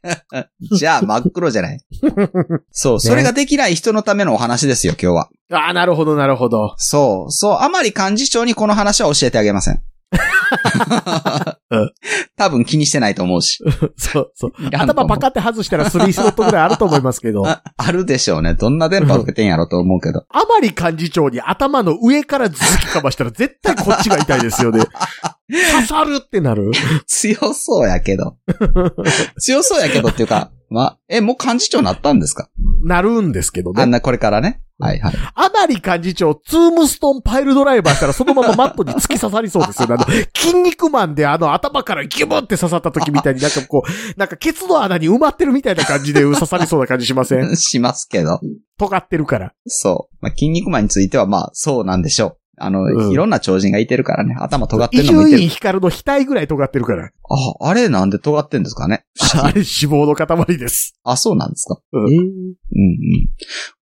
Speaker 3: じゃあ、真っ黒じゃない。そう、それができない人のためのお話ですよ、今日は。
Speaker 2: ああ、なるほど、なるほど。 [LAUGHS]
Speaker 3: そう、そう、あまり幹事長にこの話は教えてあげません。
Speaker 2: うん
Speaker 3: 多分気にしてないと思うし。
Speaker 2: そうそう。
Speaker 3: いらんと思
Speaker 2: 頭
Speaker 3: う
Speaker 2: パカって外したら3スロットぐらいあると思いますけ
Speaker 3: [LAUGHS]
Speaker 2: ど。
Speaker 3: ああるでしょうね。どんな電波受けてんやろと思うけど。
Speaker 2: 甘利幹事長に頭の上からズキかましたら絶対こっちが痛いです
Speaker 3: [LAUGHS]
Speaker 2: よね。刺さるってなる。
Speaker 3: 強そうやけど。強そうやけどっていうか、ま、え、もう幹事長になったんですか
Speaker 2: なるんですけど
Speaker 3: あ
Speaker 2: ね。
Speaker 3: んなこれからね。はいはい。
Speaker 2: 甘利幹事長、ツームストンパイルドライバーしたらそのままマットに突き刺さりそうですよ [LAUGHS] ね。あの、筋肉マンであの頭からギュブンって刺さった時みたいになんかこう、なんかケツの穴に埋まってるみたいな感じで刺さりそうな感じしません
Speaker 3: しますけど。
Speaker 2: [LAUGHS] 尖ってるから。
Speaker 3: そう。まあ、筋肉マンについてはまあ、そうなんでしょう。あの、
Speaker 2: うん
Speaker 3: いろんな超人がいてるからね。頭尖って
Speaker 2: 伊
Speaker 3: るの
Speaker 2: 集
Speaker 3: もいて
Speaker 2: 院
Speaker 3: る。
Speaker 2: 光の額ぐらい尖ってるから。
Speaker 3: あ、あれなんで尖ってんですかね。
Speaker 2: あれ脂肪の塊です。
Speaker 3: あ、そうなんですか。
Speaker 2: うん
Speaker 3: うんうん。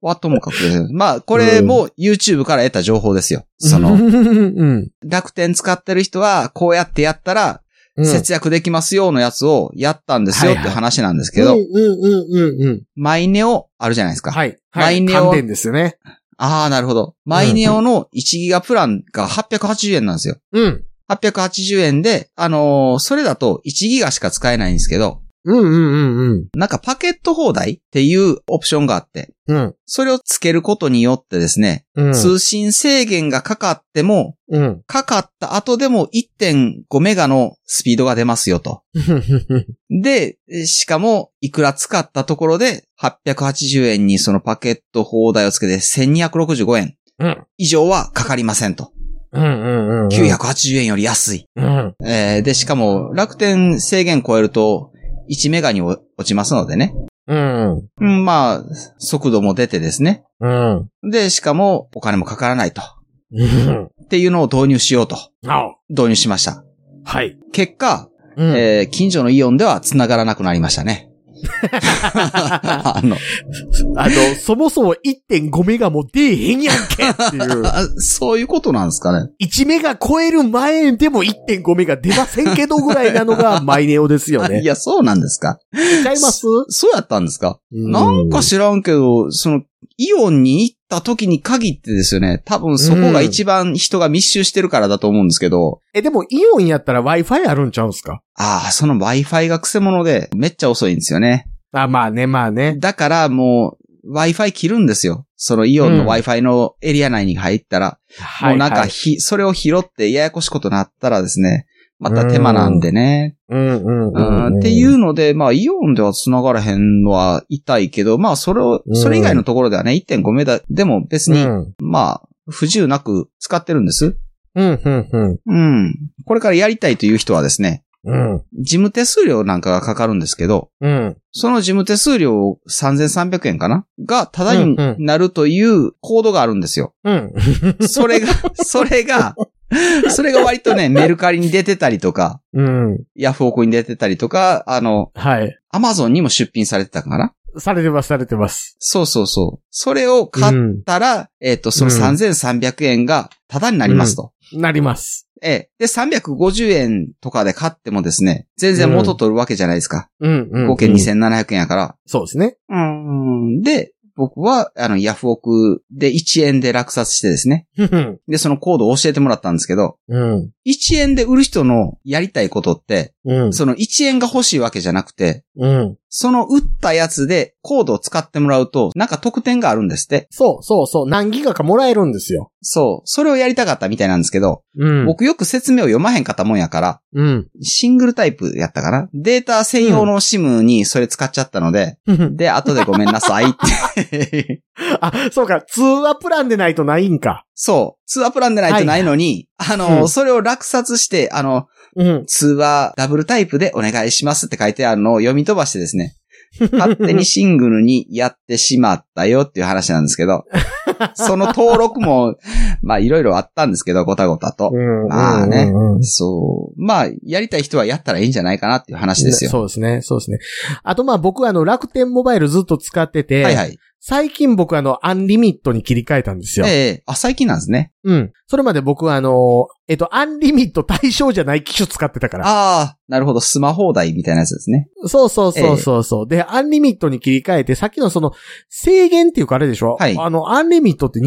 Speaker 3: は、ともかくです。 [LAUGHS] まあ、これも YouTube から得た情報ですよ。その、
Speaker 2: うん。
Speaker 3: 楽天使ってる人は、こうやってやったら、
Speaker 2: うん
Speaker 3: 節約できますよのやつをやったんですよっ
Speaker 2: はい
Speaker 3: て
Speaker 2: はい
Speaker 3: 話なんですけど
Speaker 2: うん、うんうんうんうん。
Speaker 3: マイネオあるじゃないですか。
Speaker 2: はい。は
Speaker 3: マイ
Speaker 2: い。
Speaker 3: ネオ
Speaker 2: 関連ですよね。
Speaker 3: ああ、なるほど。マイネオの1ギガプランが880円なんですよ。
Speaker 2: うん。
Speaker 3: 880円で、あのーそれだと1ギガしか使えないんですけど、
Speaker 2: うんうんうんうん。
Speaker 3: なんかパケット放題っていうオプションがあって、
Speaker 2: うん。
Speaker 3: それをつけることによってですね、
Speaker 2: うん。
Speaker 3: 通信制限がかかっても、
Speaker 2: うん。
Speaker 3: かかった後でも1.5メガのスピードが出ますよと。で、しかも、いくら使ったところで、880円にそのパケット放題をつけて1265円
Speaker 2: うん。
Speaker 3: 以上はかかりませんと。
Speaker 2: うんうんうんうん。
Speaker 3: 980円より安い。
Speaker 2: うん。
Speaker 3: えーで、しかも、楽天制限超えると、1メガに落ちますのでね。
Speaker 2: うん。
Speaker 3: うん、まあ、速度も出てですね。
Speaker 2: うん。
Speaker 3: で、しかも、お金もかからないと。
Speaker 2: うん。
Speaker 3: っていうのを導入しようと。
Speaker 2: なお。
Speaker 3: 導入しました。
Speaker 2: はい。
Speaker 3: 結果、
Speaker 2: うん
Speaker 3: えー近所のイオンでは繋がらなくなりましたね。あの、
Speaker 2: あの、そもそも1.5メガも出えへんやんけっていう。
Speaker 3: あそういうことなんですかね。
Speaker 2: 1メガ超える前でも1.5メガ出ませんけどぐらいなのがマイネオです [LAUGHS] よ
Speaker 3: い
Speaker 2: ね。
Speaker 3: や、そうなんですか。
Speaker 2: ちゃいます
Speaker 3: そうやったんですか。なんか、知らんけど、その、イオンに行った時に限ってですよね。多分そこが一番人が密集してるからだと思うんですけど、
Speaker 2: え、でもイオンやったら Wi-Fi あるんちゃうんすか
Speaker 3: ああ、その Wi-Fi が癖者で、めっちゃ遅いんですよね。
Speaker 2: あ、まあね、まあね。
Speaker 3: だからもう、Wi-Fi 切るんですよ。そのイオン
Speaker 2: う
Speaker 3: の
Speaker 2: ん
Speaker 3: Wi-Fi のエリア内に入ったら、
Speaker 2: は
Speaker 3: もう
Speaker 2: い
Speaker 3: なんか
Speaker 2: はい。
Speaker 3: ひ、それを拾ってややこしいことになったらですね、また手間なんでね。
Speaker 2: うんうん
Speaker 3: う
Speaker 2: うん
Speaker 3: ん
Speaker 2: うん。
Speaker 3: っていうので、まあ、イオンでは繋がらへんのは痛いけど、まあ、それを、
Speaker 2: うん
Speaker 3: それ以外のところではね、1.5メーターでも別
Speaker 2: う
Speaker 3: に、
Speaker 2: ん。
Speaker 3: まあ、不自由なく使ってるんです。
Speaker 2: うん、うん、うん。
Speaker 3: うん。これからやりたいという人はですね、
Speaker 2: うん。
Speaker 3: 事務手数料なんかがかかるんですけど、
Speaker 2: うん。
Speaker 3: その事務手数料を3300円かなが、ただに
Speaker 2: うんうん
Speaker 3: なるというコードがあるんですよ。
Speaker 2: うん。
Speaker 3: そ
Speaker 2: [LAUGHS]
Speaker 3: れが、それが、それが割とね、メルカリに出てたりとか、
Speaker 2: うん。
Speaker 3: ヤフオクに出てたりとか、あの、
Speaker 2: はい。
Speaker 3: アマゾンにも出品されてたかな
Speaker 2: されてます、されてます。
Speaker 3: そうそうそう。それを買っ
Speaker 2: うん
Speaker 3: たら、えっ、と、その
Speaker 2: うん
Speaker 3: 3300円がタダになりますと。
Speaker 2: なります。
Speaker 3: ええ。で、350円とかで買ってもですね、全然元取るわけじゃないですか。
Speaker 2: うん、うん。
Speaker 3: 合計。2700円やから。
Speaker 2: そうですね。
Speaker 3: うん。で、僕は、あの、ヤフオクで1円で落札してですね。
Speaker 2: うん。
Speaker 3: で、そのコードを教えてもらったんですけど、
Speaker 2: うん。
Speaker 3: 1円で売る人のやりたいことって、
Speaker 2: うん。
Speaker 3: その1円が欲しいわけじゃなくて、
Speaker 2: うん。
Speaker 3: その売ったやつでコードを使ってもらうと、なんか特典があるんですって。
Speaker 2: そうそうそう。何ギガかもらえるんですよ。
Speaker 3: そう。それをやりたかったみたいなんですけど、
Speaker 2: うん。
Speaker 3: 僕よく説明を読まへんかったもんやから、
Speaker 2: うん。 [LAUGHS]
Speaker 3: シングルタイプやったかなデータ専用の SIM にそれ使っちゃったので、で、後でごめんなさい
Speaker 2: [LAUGHS]
Speaker 3: って。
Speaker 2: あ、そうか。通話プランでないとないんか。
Speaker 3: そう。通話プランでないとないのに、あの、
Speaker 2: うん
Speaker 3: それを落札して、あの、
Speaker 2: うん。
Speaker 3: 通話ダブルタイプでお願いしますって書いてあるのを読み飛ばしてです
Speaker 2: [LAUGHS]
Speaker 3: ね、勝手にシングルにやってしまったよっていう話なんですけ
Speaker 2: [LAUGHS]
Speaker 3: ど、その登録も、まあいろいろあったんですけど、ごたごたと。
Speaker 2: うん。
Speaker 3: まあね
Speaker 2: うんうん
Speaker 3: そう。まあ、やりたい人はやったらいいんじゃないかなっていう話ですよ。
Speaker 2: そうですね。そうですね。あとまあ僕あの楽天モバイルずっと使ってて、
Speaker 3: はいはい。
Speaker 2: 最近僕あのアンリミットに切り替えたんですよ。
Speaker 3: ええあ、最近なんですね。
Speaker 2: うん。それまで僕はあの、えっと、アンリミット対象じゃない機種使ってたから。
Speaker 3: ああ、なるほど。スマホ台みたいなやつですね。
Speaker 2: そうそうそうそうそう、で、アンリミットに切り替えて、さっきのその、制限っていうかあれでしょ
Speaker 3: はい
Speaker 2: あの、アンリミットって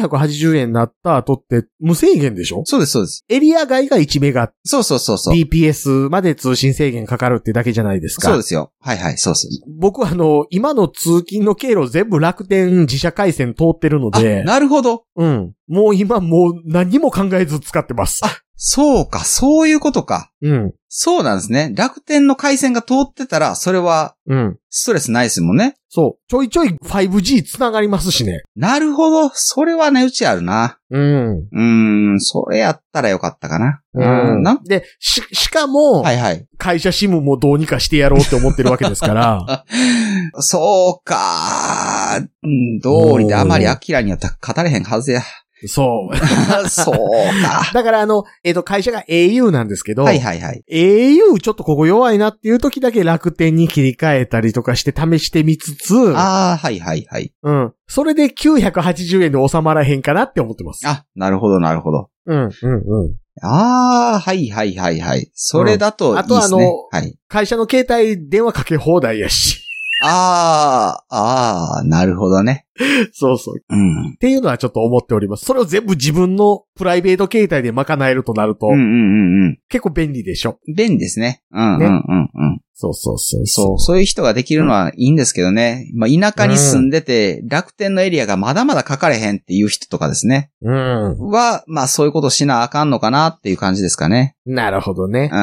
Speaker 2: 2980円になった後って、無制限でしょ
Speaker 3: そうです、そうです。
Speaker 2: エリア外が1メガ、
Speaker 3: そうそうそうそう。
Speaker 2: BPS まで通信制限かかるってだけじゃないですか。
Speaker 3: そうですよ。はいはい、そうそう。
Speaker 2: 僕はあの、今の通勤の経路全部楽天自社回線通ってるの
Speaker 3: あ、
Speaker 2: で、
Speaker 3: なるほど。
Speaker 2: うん。もう今もう何も考えず使ってます。
Speaker 3: そうか、そういうことか。
Speaker 2: うん。
Speaker 3: そうなんですね。楽天の回線が通ってたら、それは
Speaker 2: うん。
Speaker 3: ストレスないですもんね。
Speaker 2: そう。ちょいちょい 5G 繋がりますしね。
Speaker 3: なるほど。それはね、うちあるな。
Speaker 2: うん。
Speaker 3: うーん、それやったらよかったかな。
Speaker 2: うん。
Speaker 3: なん
Speaker 2: で、し、しかも、
Speaker 3: はいはい。
Speaker 2: 会社シムもどうにかしてやろうって思ってるわけですから。
Speaker 3: [LAUGHS] そうかうん道理であまりアキラには語れへんはずや。 [LAUGHS]
Speaker 2: そう。
Speaker 3: そうか。
Speaker 2: だからあの、えっ、と、会社が au なんですけど、
Speaker 3: はいはいはい。
Speaker 2: au ちょっとここ弱いなっていう時だけ楽天に切り替えたりとかして試してみつつ、
Speaker 3: ああ、はいはいはい。
Speaker 2: うん。それで980円で収まらへんかなって思ってます。
Speaker 3: あ、なるほどなるほど。
Speaker 2: うん、うん、うん。
Speaker 3: ああ、はいはいはいはい。それだといいですね。
Speaker 2: うんあとあ
Speaker 3: はい。
Speaker 2: 会社の携帯電話かけ放題やし。 [LAUGHS]
Speaker 3: ああ、ああ、なるほどね。
Speaker 2: そうそう。っ
Speaker 3: うん。
Speaker 2: ていうのはちょっと思っております。それを全部自分のプライベート携帯で賄えるとなると、
Speaker 3: うんうんうんうん。
Speaker 2: 結構便利でしょ。
Speaker 3: 便利ですね。うんうんう
Speaker 2: ね
Speaker 3: んうん。
Speaker 2: そうそうそう
Speaker 3: そう、そういう人ができるのはいいんですけどね。まあ、田舎に住んでて、楽天のエリアがまだまだ書かれへんっていう人とかですね。
Speaker 2: う。うん。
Speaker 3: は、まあ、そういうことしなあかんのかなっていう感じですかね。
Speaker 2: なるほどね。
Speaker 3: う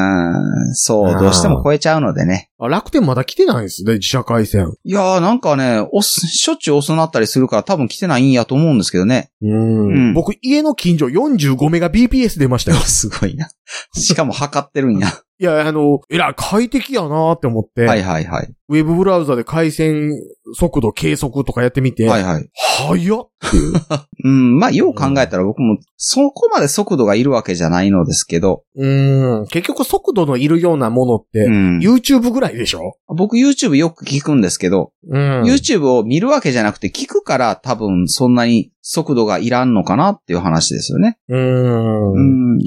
Speaker 3: ん、そうう、
Speaker 2: ん
Speaker 3: どうしても超えちゃうのでね。
Speaker 2: あ、楽天まだ来てないんですね、自社回線。
Speaker 3: いやーなんかね、おっ、しょっちゅう遅なったりするから多分来てないんやと思うんですけどね。
Speaker 2: うん
Speaker 3: うん。
Speaker 2: 僕、家の近所45メガ BPS 出ましたよ [LAUGHS]
Speaker 3: [LAUGHS] すごいな。しかも測ってるんや。
Speaker 2: いや、あの、えらい快適やなって思って、
Speaker 3: [LAUGHS] はいはいはい。
Speaker 2: ウェブブラウザで回線速度計測とかやってみて、
Speaker 3: はいはい。
Speaker 2: 早っ
Speaker 3: うん、まあ、よう考えたら僕もそこまで速度がいるわけじゃないのですけど、
Speaker 2: うん。結局速度のいるようなものって、
Speaker 3: うん、
Speaker 2: YouTube ぐらいでしょ
Speaker 3: 僕 YouTube よく聞くんですけど、
Speaker 2: うん。
Speaker 3: YouTube を見るわけじゃなくて聞くから多分そんなに速度がいらんのかなっていう話ですよね。
Speaker 2: うん。
Speaker 3: うん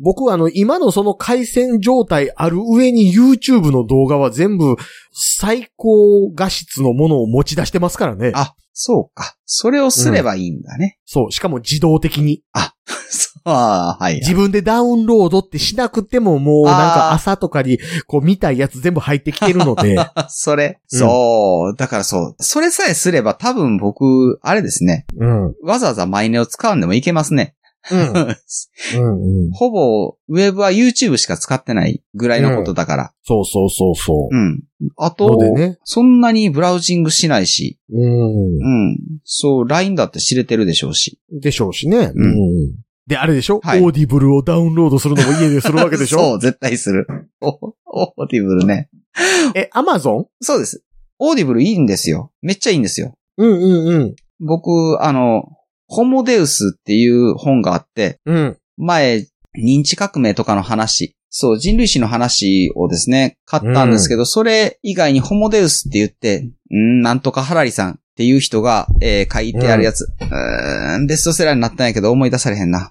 Speaker 2: 僕はあの、今のその回線状態ある上に YouTube の動画は全部最高画質のものを持ち出してますからね。
Speaker 3: あ、そうか。それをすればいいんだね。
Speaker 2: そう。しかも自動的に。
Speaker 3: そうあーはい。
Speaker 2: 自分でダウンロードってしなくてももうなんか朝とかにこう見たいやつ全部入ってきてるの
Speaker 3: [LAUGHS]
Speaker 2: で。
Speaker 3: あそれ、
Speaker 2: うん
Speaker 3: そう。だからそう。それさえすれば多分僕、あれですね。
Speaker 2: うん。うん。
Speaker 3: わざわざマイネを使うんでもいけます [LAUGHS] ね。
Speaker 2: うんうん。
Speaker 3: ほぼ、ウェブは YouTube しか使ってないぐらいのことだから。
Speaker 2: そうそうそうそうう。
Speaker 3: ん。あ
Speaker 2: の
Speaker 3: と、
Speaker 2: でね。
Speaker 3: そんなにブラウジングしないし、
Speaker 2: う
Speaker 3: うん。そう、LINE だって知れてるでしょうし。
Speaker 2: ん。でしょうしね。
Speaker 3: うん
Speaker 2: ん。で、あれでしょオ
Speaker 3: はい
Speaker 2: ーディブルをダウンロードするのも家でするわけでし
Speaker 3: そ
Speaker 2: ょ
Speaker 3: う、絶対する。お、オーディブルね。
Speaker 2: え、アマゾン
Speaker 3: そうです。オーディブルいいんですよ。めっちゃいいんですよ。
Speaker 2: うんうんうん。
Speaker 3: 僕、あの、ホモデウスっていう本があって、
Speaker 2: うん。
Speaker 3: 前、認知革命とかの話、そう、人類史の話をですね、買ったんですけど、それ以外にホモデウスって言って、うんなんとかハラリさんっていう人が、えー書いてあるやつ、うーん、ベストセラーになったんやけど思い出されへんな。っ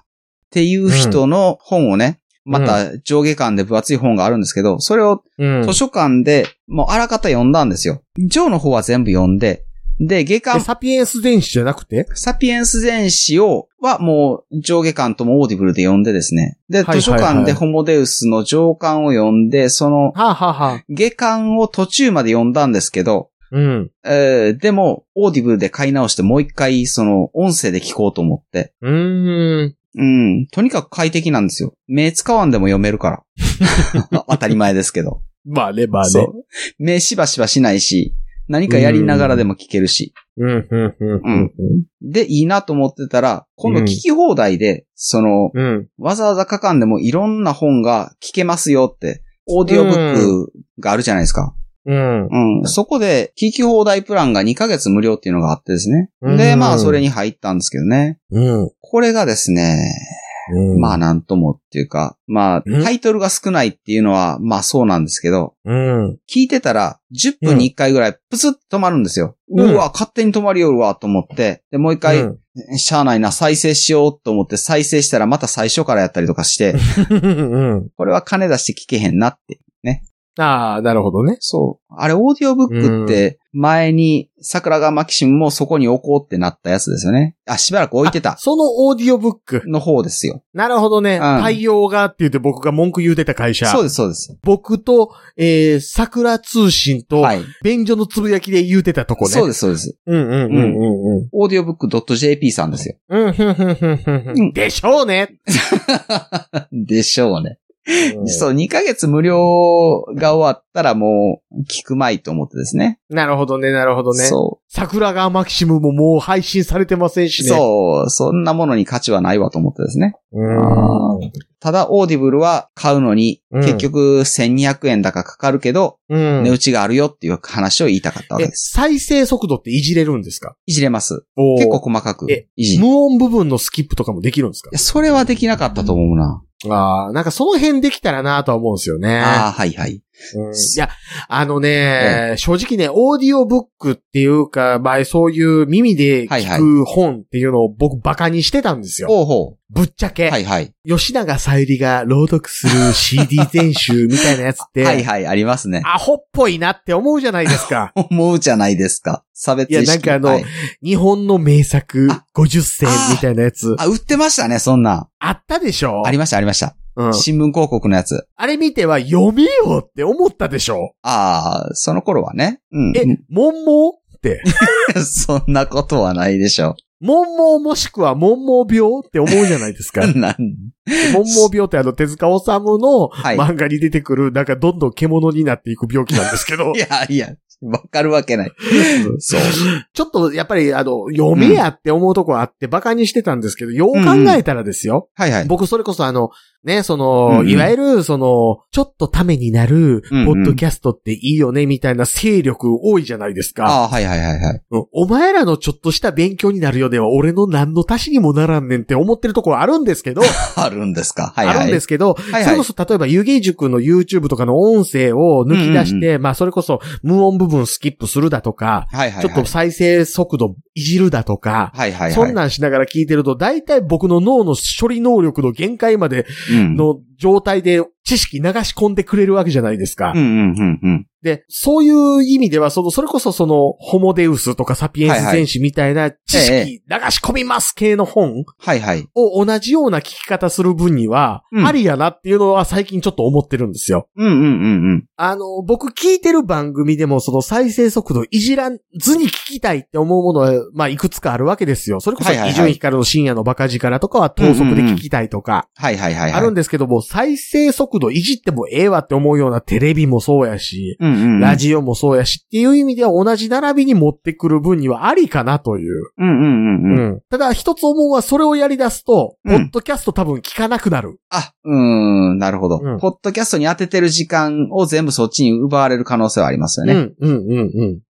Speaker 3: ていう人の本をね、また上下巻で分厚い本があるんですけど、それを
Speaker 2: うん
Speaker 3: 図書館で、もうあらかた読んだんですよ。ジョーの方は全部読んで、で、下
Speaker 2: え
Speaker 3: 巻、
Speaker 2: サピエンス電子じゃなくて
Speaker 3: サピエンス全史を、はもう上下巻ともオーディブルで読んでですね。で、
Speaker 2: はいはいはい
Speaker 3: 図書館でホモデウスの上巻を読んで、そ
Speaker 2: は
Speaker 3: の
Speaker 2: あ、はあはあ、
Speaker 3: 下巻を途中まで読んだんですけど、
Speaker 2: うん。
Speaker 3: えー、でも、オーディブルで買い直してもう一回、その、音声で聞こうと思って。
Speaker 2: うーん。
Speaker 3: うん。とにかく快適なんですよ。目使わんでも読めるから。 [LAUGHS] 当たり前ですけど。
Speaker 2: まあね、まあね。
Speaker 3: そう。目しばしばしないし、何かやりながらでも聞けるし。
Speaker 2: うん、うん、うん、
Speaker 3: うん。で、いいなと思ってたら、今度聞き放題で、その、
Speaker 2: うん。うん。
Speaker 3: わざわざ書かんでもいろんな本が聞けますよって、オーディオブックがあるじゃないですか。
Speaker 2: うん。
Speaker 3: うん。そこで、聞き放題プランが2ヶ月無料っていうのがあってですね。
Speaker 2: う
Speaker 3: で、
Speaker 2: ん
Speaker 3: まあ、それに入ったんですけどね。
Speaker 2: うん。
Speaker 3: これがですね、
Speaker 2: うん。
Speaker 3: まあ、なんともっていうか、まあ、
Speaker 2: うん
Speaker 3: タイトルが少ないっていうのは、まあ、そうなんですけど、
Speaker 2: うん。
Speaker 3: 聞いてたら、10分に1回ぐらい、プツッと止まるんですよ。う
Speaker 2: うん
Speaker 3: わ、勝手に止まりよるわ、と思って、で、もう一回、
Speaker 2: うん。
Speaker 3: しゃあないな、再生しようと思って再生したらまた最初からやったりとかして、
Speaker 2: うん。
Speaker 3: これは金出して聞けへんなって。
Speaker 2: ああ、なるほどね。
Speaker 3: そう。あれ、オーディオブックって、前に桜川マキシムもそこに置こうってなったやつですよね。あ、しばらく置いてた。
Speaker 2: そのオーディオブック。
Speaker 3: の方ですよ。
Speaker 2: なるほどね。
Speaker 3: ん
Speaker 2: 対応がって言って僕が文句言うてた会社。
Speaker 3: そうです、そうです。
Speaker 2: 僕と、えー、桜通信と、
Speaker 3: はい。
Speaker 2: 便所のつぶやきで言うてたとこね。
Speaker 3: そう
Speaker 2: で
Speaker 3: です、そうです。
Speaker 2: す。うんうんうんうんうん。
Speaker 3: オーディオブック .jp さんですよ。
Speaker 2: うん、ふんふんふんふんふ。
Speaker 3: うんん
Speaker 2: でしょうね。
Speaker 3: でしょうね。
Speaker 2: う
Speaker 3: そう、2ヶ月無料が終わったらもう、聞くまいと思ってですね。
Speaker 2: ん。なるほどね、なるほどね。
Speaker 3: そう。
Speaker 2: 桜川マキシムももう配信されてませんしね。
Speaker 3: そう、そんなものに価値はないわと思ってですね。
Speaker 2: うーん。
Speaker 3: ただ、オーディブルは買うのに、
Speaker 2: うん
Speaker 3: 結局1200円だかかかるけど、
Speaker 2: うん。
Speaker 3: 値打ちがあるよっていう話を言いたかったわけ
Speaker 2: え、
Speaker 3: です。
Speaker 2: 再生速度っていじれるんですか
Speaker 3: いじれます。
Speaker 2: おー
Speaker 3: 結構細かく
Speaker 2: え
Speaker 3: いじる。い
Speaker 2: 無音部分のスキップとかもできるんですか
Speaker 3: やそれはできなかったと思うな。
Speaker 2: ああ、なんかその辺できたらなとは思うんですよね。
Speaker 3: ああ、はいはい。
Speaker 2: うんいや、あのね、正直ね、オーディオブックっていうか、まあそういう耳で
Speaker 3: はい
Speaker 2: 聞
Speaker 3: はい
Speaker 2: く本っていうのを僕バカにしてたんですよ。
Speaker 3: ほうほ
Speaker 2: ぶっちゃけ、
Speaker 3: う。はいはい。
Speaker 2: 吉永さゆりが朗読する CD 全集みたいなやつって、
Speaker 3: はいはい、ありますね。。
Speaker 2: アホっぽいなって思うじゃないですか [LAUGHS]
Speaker 3: 思うじゃないですか。差別意識。
Speaker 2: いやなんかあの
Speaker 3: はい
Speaker 2: 日本の名作
Speaker 3: あ
Speaker 2: 50選みたいなやつ。あ
Speaker 3: あ、売ってましたね、そんなん。
Speaker 2: ったでしょ
Speaker 3: ありました、ありました。
Speaker 2: うん
Speaker 3: 新聞広告のやつ。
Speaker 2: あれ見ては読めよって思ったでしょ
Speaker 3: ああ、その頃はね。うん。 [LAUGHS]
Speaker 2: え、もんもうって。
Speaker 3: そんなことはないでしょ
Speaker 2: もんもうもしくはもんもう病って思うじゃないですか。
Speaker 3: う。 [LAUGHS] なん
Speaker 2: もんもう病ってあの手塚治虫の
Speaker 3: はい。
Speaker 2: 漫画に出てくる、なんかどんどん獣になっていく病気なんですけ
Speaker 3: [LAUGHS]
Speaker 2: ど
Speaker 3: い、やいや、わかるわけない。そう。
Speaker 2: ちょっとやっぱりあの、読めやって思うとこあってバカにしてたんですけど、よう考えたらですよ。
Speaker 3: はいはい。
Speaker 2: 僕それこそあの、ね、そ
Speaker 3: うん
Speaker 2: の、
Speaker 3: うん
Speaker 2: いわゆるその、ちょっとためになる、
Speaker 3: うんうん
Speaker 2: ポッドキャストっていいよね、みたいな勢力多いじゃないですか。
Speaker 3: ああ、はいはいはいはい。
Speaker 2: うんお前らのちょっとした勉強になるよでは、俺の何の足しにもならんねんって思ってるところあるんですけど、
Speaker 3: あるんですか。はいはい。。
Speaker 2: あるんですすけど、
Speaker 3: はい
Speaker 2: それ
Speaker 3: はい
Speaker 2: こ。そ例えば、遊芸塾の YouTube とかの音声を抜き出して、
Speaker 3: うん
Speaker 2: まあ、それこそ無音部分スキップするだとか、
Speaker 3: はいはい。
Speaker 2: ちょっと、再生速度いじるだとか、
Speaker 3: はいはいはい。
Speaker 2: そんなんしながら聞いてると、大体僕の脳の処理能力の限界まで
Speaker 3: うん、
Speaker 2: の状態で知識流し込んでくれるわけじゃないですか。
Speaker 3: うんうんうんうん。
Speaker 2: で、そういう意味では、その、それこそその、ホモデウスとかサピエンス全史みたいな知
Speaker 3: ええ
Speaker 2: 識流し込みます系の本
Speaker 3: はいはい。
Speaker 2: を同じような聞き方する分には、
Speaker 3: うん
Speaker 2: ありやなっていうのは最近ちょっと思ってるんですよ。
Speaker 3: うんうんうんうん。
Speaker 2: あの、僕聞いてる番組でもその再生速度いじらずに聞きたいって思うものは、まあいくつかあるわけですよ。それこそ
Speaker 3: はいはいはい
Speaker 2: 伊集院光の深夜のバカ力とかは等速で聞きたいとか、
Speaker 3: はいはいはいは
Speaker 2: あ
Speaker 3: い。
Speaker 2: るんですけども、再生速度いじってもええわって思うようなテレビもそうやし、
Speaker 3: うんうんうん。
Speaker 2: ラジオもそうやしっていう意味では同じ並びに持ってくる分にはありかなという。
Speaker 3: うんうんうんうん。
Speaker 2: ただ一つ思うはそれをやり出すと、
Speaker 3: う
Speaker 2: ポ
Speaker 3: ん
Speaker 2: ッドキャスト多分聞かなくなる。
Speaker 3: あ、うーん、なるほど、
Speaker 2: うん
Speaker 3: ポッドキャストに当ててる時間を全部そっちに奪われる可能性はありますよね。
Speaker 2: うん、うん、うん、
Speaker 3: うん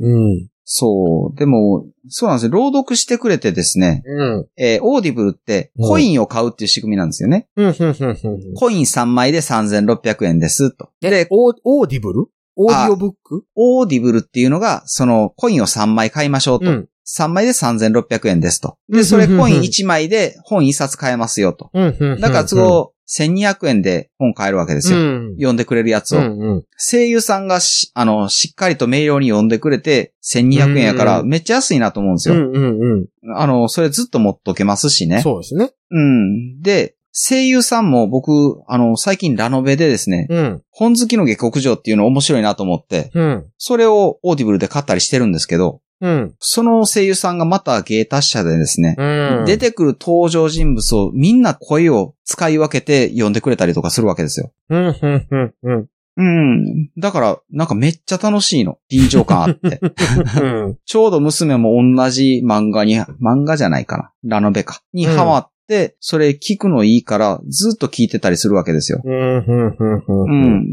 Speaker 2: うん。うん。
Speaker 3: そう。でも、そうなんですよ。朗読してくれてですね、
Speaker 2: うん。
Speaker 3: えーオーディブルってコインを買うっていう仕組みなんですよね。
Speaker 2: うん、うん、うん。
Speaker 3: コイン3枚で3600円ですと。
Speaker 2: え、
Speaker 3: で、
Speaker 2: オーオーディブルオーディオブック
Speaker 3: オーディブルっていうのが、そのコインを3枚買いましょうと。
Speaker 2: うん。
Speaker 3: 3枚で3600円ですと。
Speaker 2: うん
Speaker 3: で、それ
Speaker 2: うん
Speaker 3: コイ
Speaker 2: う
Speaker 3: ン
Speaker 2: ん
Speaker 3: 1枚で本1冊買えますよと。
Speaker 2: うん、うん。
Speaker 3: だから、その、 1200円で本買えるわけですよ。
Speaker 2: ん。
Speaker 3: 読んでくれるやつ
Speaker 2: う
Speaker 3: を。
Speaker 2: んうん。
Speaker 3: 声優さんがし、あの、しっかりと明瞭に読んでくれて、1200円やから、
Speaker 2: うん
Speaker 3: めっちゃ安いなと思うんです
Speaker 2: う
Speaker 3: よ。
Speaker 2: んうん
Speaker 3: あの、それずっと持っとけますし
Speaker 2: うん。
Speaker 3: ね。
Speaker 2: そうですね。
Speaker 3: うん。で、声優さんも僕、あの、最近ラノベでですね、
Speaker 2: うん。
Speaker 3: 本好きの下克上っていうの面白いなと思って、
Speaker 2: うん。
Speaker 3: それをオーディブルで買ったりしてるんですけど、
Speaker 2: うん。
Speaker 3: その声優さんがまた芸達者でですね、
Speaker 2: うん。
Speaker 3: 出てくる登場人物をみんな声を使い分けて呼んでくれたりとかするわけですよ。
Speaker 2: うん、うん、うん、うん。
Speaker 3: うん。だから、なんかめっちゃ楽しいの。臨場感あ
Speaker 2: [LAUGHS]
Speaker 3: って。
Speaker 2: うん。
Speaker 3: ちょうど娘も同じ漫画に、漫画じゃないかな。ラノベか。にハマって、それ聞くのいいから、ずっと聞いてたりするわけですよ。
Speaker 2: うん、うん、うん、
Speaker 3: う
Speaker 2: うん。
Speaker 3: ん。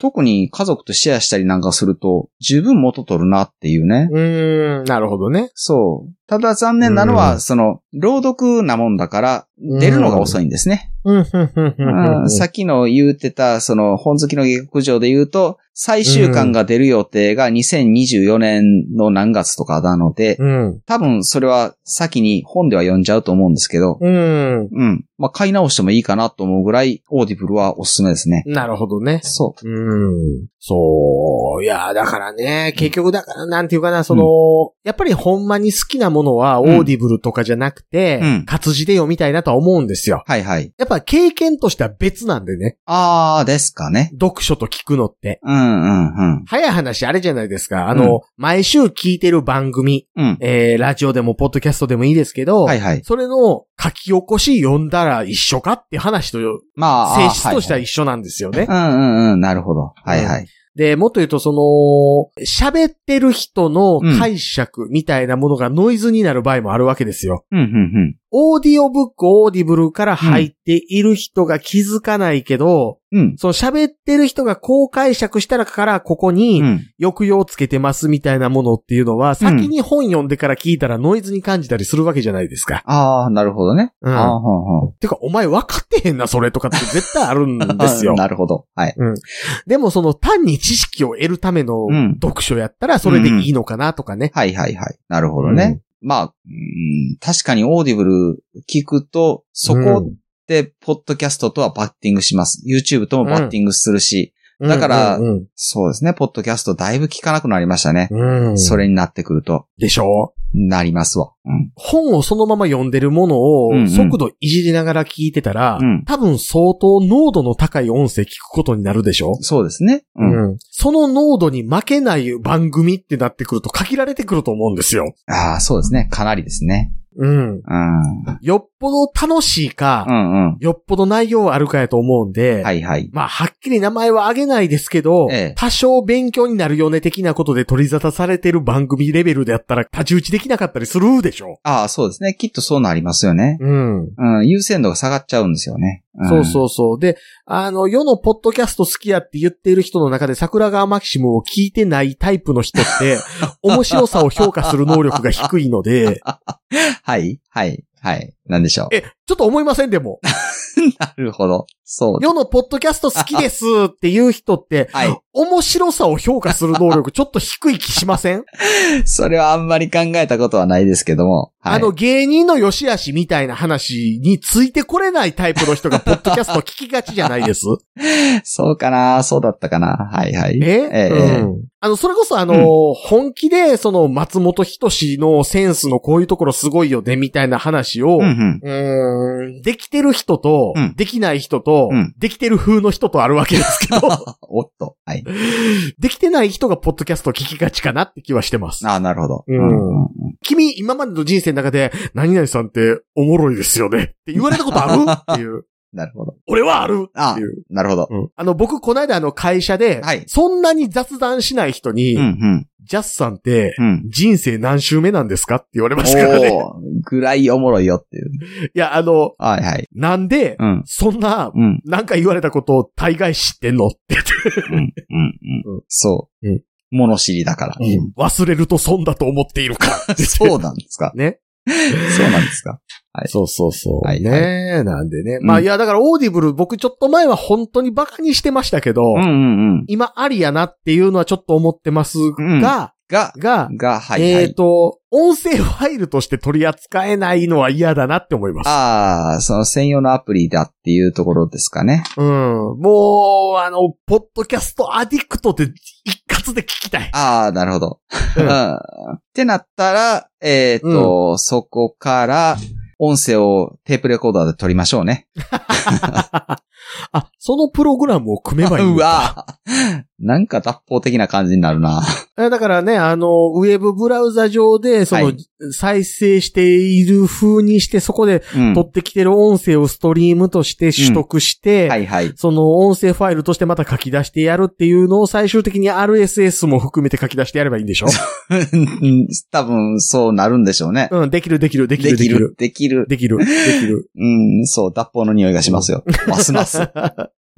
Speaker 3: 特に家族とシェアしたりなんかすると、十分元取るなっていうね。
Speaker 2: うん、なるほどね。
Speaker 3: そう。ただ残念なのは、
Speaker 2: うん
Speaker 3: その、朗読なもんだから、出るのが遅いんですね。
Speaker 2: うん、うん、うん、うん。う
Speaker 3: う、
Speaker 2: ん
Speaker 3: さっきの言うてた、その、本好きの下克上で言うと、最終巻が出る予定が2024年の何月とかなので、
Speaker 2: うん。
Speaker 3: 多分それは先に本では読んじゃうと思うんですけど、
Speaker 2: うん。
Speaker 3: うん。まあ、買い直してもいいかなと思うぐらい、オーディブルはおすすめですね。
Speaker 2: なるほどね。
Speaker 3: そ
Speaker 2: うん。そう。いや、だからね、結局だから、なんていうかな、その、やっぱりほんまに好きなものは、オ
Speaker 3: うん
Speaker 2: ーディブルとかじゃなくて、
Speaker 3: うん
Speaker 2: 活字で読みたいなとは思うんですよ。
Speaker 3: う。はいはい。
Speaker 2: やっぱ経験としては別なんでね、
Speaker 3: あー、ですかね。
Speaker 2: 読書と聞くのって。
Speaker 3: うんうんうん。
Speaker 2: 早い話あれじゃないですか。あの、毎週聞いてる番組、
Speaker 3: うん。
Speaker 2: えー、ラジオでもポッドキャストでもいいですけど、
Speaker 3: はいはい。
Speaker 2: それの書き起こし読んだら一緒かって話と
Speaker 3: ま
Speaker 2: 性
Speaker 3: あ、
Speaker 2: 質としては
Speaker 3: はい
Speaker 2: 一緒なんですよね。
Speaker 3: はいうんうんうん。なるほど。はいはい。
Speaker 2: で、もっと言うとその、喋ってる人の解釈みたいなものがノイズになる場合もあるわけですよ。
Speaker 3: うんうん
Speaker 2: オーディオブック、オーディブルから入っている人が気づかないけど、
Speaker 3: うん。うん。
Speaker 2: その喋ってる人がこう解釈したらからここ
Speaker 3: う
Speaker 2: に
Speaker 3: ん。
Speaker 2: 抑揚をつけてますみたいなものっていうのは、先に本読んでから聞いたらノイズに感じたりするわけじゃないですか。
Speaker 3: あー、なるほどね。
Speaker 2: うん
Speaker 3: あー、ほんほん。
Speaker 2: てか、お前分かってへんな、それとかって絶対あるんです
Speaker 3: [LAUGHS]。
Speaker 2: よ
Speaker 3: なるほど。はい。
Speaker 2: でもその単に知識を得るための
Speaker 3: うん
Speaker 2: 読書やったらそれでいいのかなとかね。
Speaker 3: はいはいはい。なるほどね。まあ、うん確かにオーディブル聞くと、そこで、ポッドキャストとはバッティングします。YouTube ともバッティングするし、
Speaker 2: うん
Speaker 3: だから
Speaker 2: うん
Speaker 3: そうですね、ポッドキャストだいぶ聞かなくなりましたね。
Speaker 2: うん
Speaker 3: それになってくると、
Speaker 2: でしょ
Speaker 3: なりますわ。うん。
Speaker 2: 本をそのまま読んでるものを
Speaker 3: うんうん
Speaker 2: 速度いじりながら聞いてたら、
Speaker 3: うん
Speaker 2: 多分相当濃度の高い音声聞くことになるでしょ、
Speaker 3: そうですね。うん。
Speaker 2: うんその濃度に負けない番組ってなってくると限られてくると思うんですよ。
Speaker 3: ああ、そうですね。かなりですね。
Speaker 2: うん。
Speaker 3: うん。
Speaker 2: よっぽど楽しいか、
Speaker 3: うんうん。
Speaker 2: よっぽど内容あるかやと思うんで、
Speaker 3: はいはい。
Speaker 2: まあ、はっきり名前は挙げないですけど、
Speaker 3: ええ
Speaker 2: 多少勉強になるよね的なことで取り沙汰されてる番組レベルであったら、立ち打ちできなかったりするでしょ。
Speaker 3: ああ、そうですね。きっとそうなりますよね。
Speaker 2: うん。
Speaker 3: うん。優先度が下がっちゃうんですよね。ん
Speaker 2: そうそうそう。で、あの、世のポッドキャスト好きやって言っている人の中で桜川マキシムを聞いてないタイプの人
Speaker 3: [LAUGHS]
Speaker 2: って、面白さを評価する能力が低いので、
Speaker 3: はい。はい。はい。なんでしょう。
Speaker 2: え、ちょっと思いませんで
Speaker 3: [LAUGHS]
Speaker 2: も、
Speaker 3: なるほど。そう。
Speaker 2: 世のポッドキャスト好きですっていう人って、
Speaker 3: はい。
Speaker 2: 面白さを評価する能力ちょっと低い気しません
Speaker 3: それはあんまり考えたことはないですけども。はい、
Speaker 2: あの、芸人の良し悪しみたいな話についてこれないタイプの人がポッドキャスト聞きがちじゃないです。
Speaker 3: そうかなそうだったかなはいはい。
Speaker 2: え、
Speaker 3: [LAUGHS] え
Speaker 2: うん、あの、それこそあのー、本気でその松本人志のセンスのこういうところすごいよねみたいな話を、
Speaker 3: う
Speaker 2: うん
Speaker 3: うん。
Speaker 2: ーんできてる人と、
Speaker 3: うん
Speaker 2: できない人と、
Speaker 3: うん
Speaker 2: できてる風の人とあるわけ [LAUGHS] ですけど、
Speaker 3: おっと。はい。
Speaker 2: できてない人がポッドキャスト聞きがちかなって気はしてます。
Speaker 3: ああ、なるほど。
Speaker 2: うん君、今までの人生の中で、何々さんっておもろいですよねって言われたことあるっていう。
Speaker 3: なるほど。
Speaker 2: 俺はあるっ
Speaker 3: あ
Speaker 2: ていう。
Speaker 3: なるほど。
Speaker 2: あの、僕、この間あの会社で、
Speaker 3: はい
Speaker 2: そんなに雑談しない人に、
Speaker 3: うんうん。
Speaker 2: ジャスさんって、
Speaker 3: うん。
Speaker 2: 人生何周目なんですかって言われましたからね。
Speaker 3: おー、ぐらいおもろいよっていう。
Speaker 2: いや、あの、
Speaker 3: はいはい。
Speaker 2: なんで、
Speaker 3: うん。
Speaker 2: そんな、
Speaker 3: うん。
Speaker 2: なんか言われたことを大概知ってんのって言って、
Speaker 3: うん。うん。うん。そう。
Speaker 2: うん
Speaker 3: 物知りだから。
Speaker 2: 忘れると損だと思っているか。
Speaker 3: [LAUGHS] そうなんですか
Speaker 2: ね。
Speaker 3: そうなんですかはい
Speaker 2: そうそうそう。
Speaker 3: はい
Speaker 2: ねえなんでね。まあ、
Speaker 3: うん
Speaker 2: いや、だからオーディブル、僕ちょっと前は本当にバカにしてましたけど、
Speaker 3: うんうんうん。
Speaker 2: 今ありやなっていうのはちょっと思ってますが、
Speaker 3: うんが、
Speaker 2: が、
Speaker 3: が、はい、は
Speaker 2: え
Speaker 3: い。
Speaker 2: っ、と、音声ファイルとして取り扱えないのは嫌だなって思います。
Speaker 3: ああ、その専用のアプリだっていうところですかね。
Speaker 2: うん。もう、あの、ポッドキャストアディクトって一括で聞きたい。
Speaker 3: ああ、なるほど。
Speaker 2: う
Speaker 3: うんんってなったら、えっ、と、そこから、音声をテープレコーダーで撮りましょうね。
Speaker 2: あ、そのプログラムを組めばいいの
Speaker 3: う
Speaker 2: か。
Speaker 3: わなんか脱法的な感じになるな。
Speaker 2: えだからね、あの、ウェブブラウザ上で、その、
Speaker 3: はい
Speaker 2: 再生している風にして、そこで
Speaker 3: うん。
Speaker 2: 取ってきてる音声をストリームとして取得して、
Speaker 3: はいはい。
Speaker 2: その音声ファイルとしてまた書き出してやるっていうのを最終的に RSS も含めて書き出してやればいいんでしょ
Speaker 3: [LAUGHS] 多分、そうなるんでしょうね。
Speaker 2: うん、できるできるできるできる。
Speaker 3: できる。
Speaker 2: できる、できる。
Speaker 3: うん、そう、脱法の匂いがしますよ。ますます。
Speaker 2: [LAUGHS]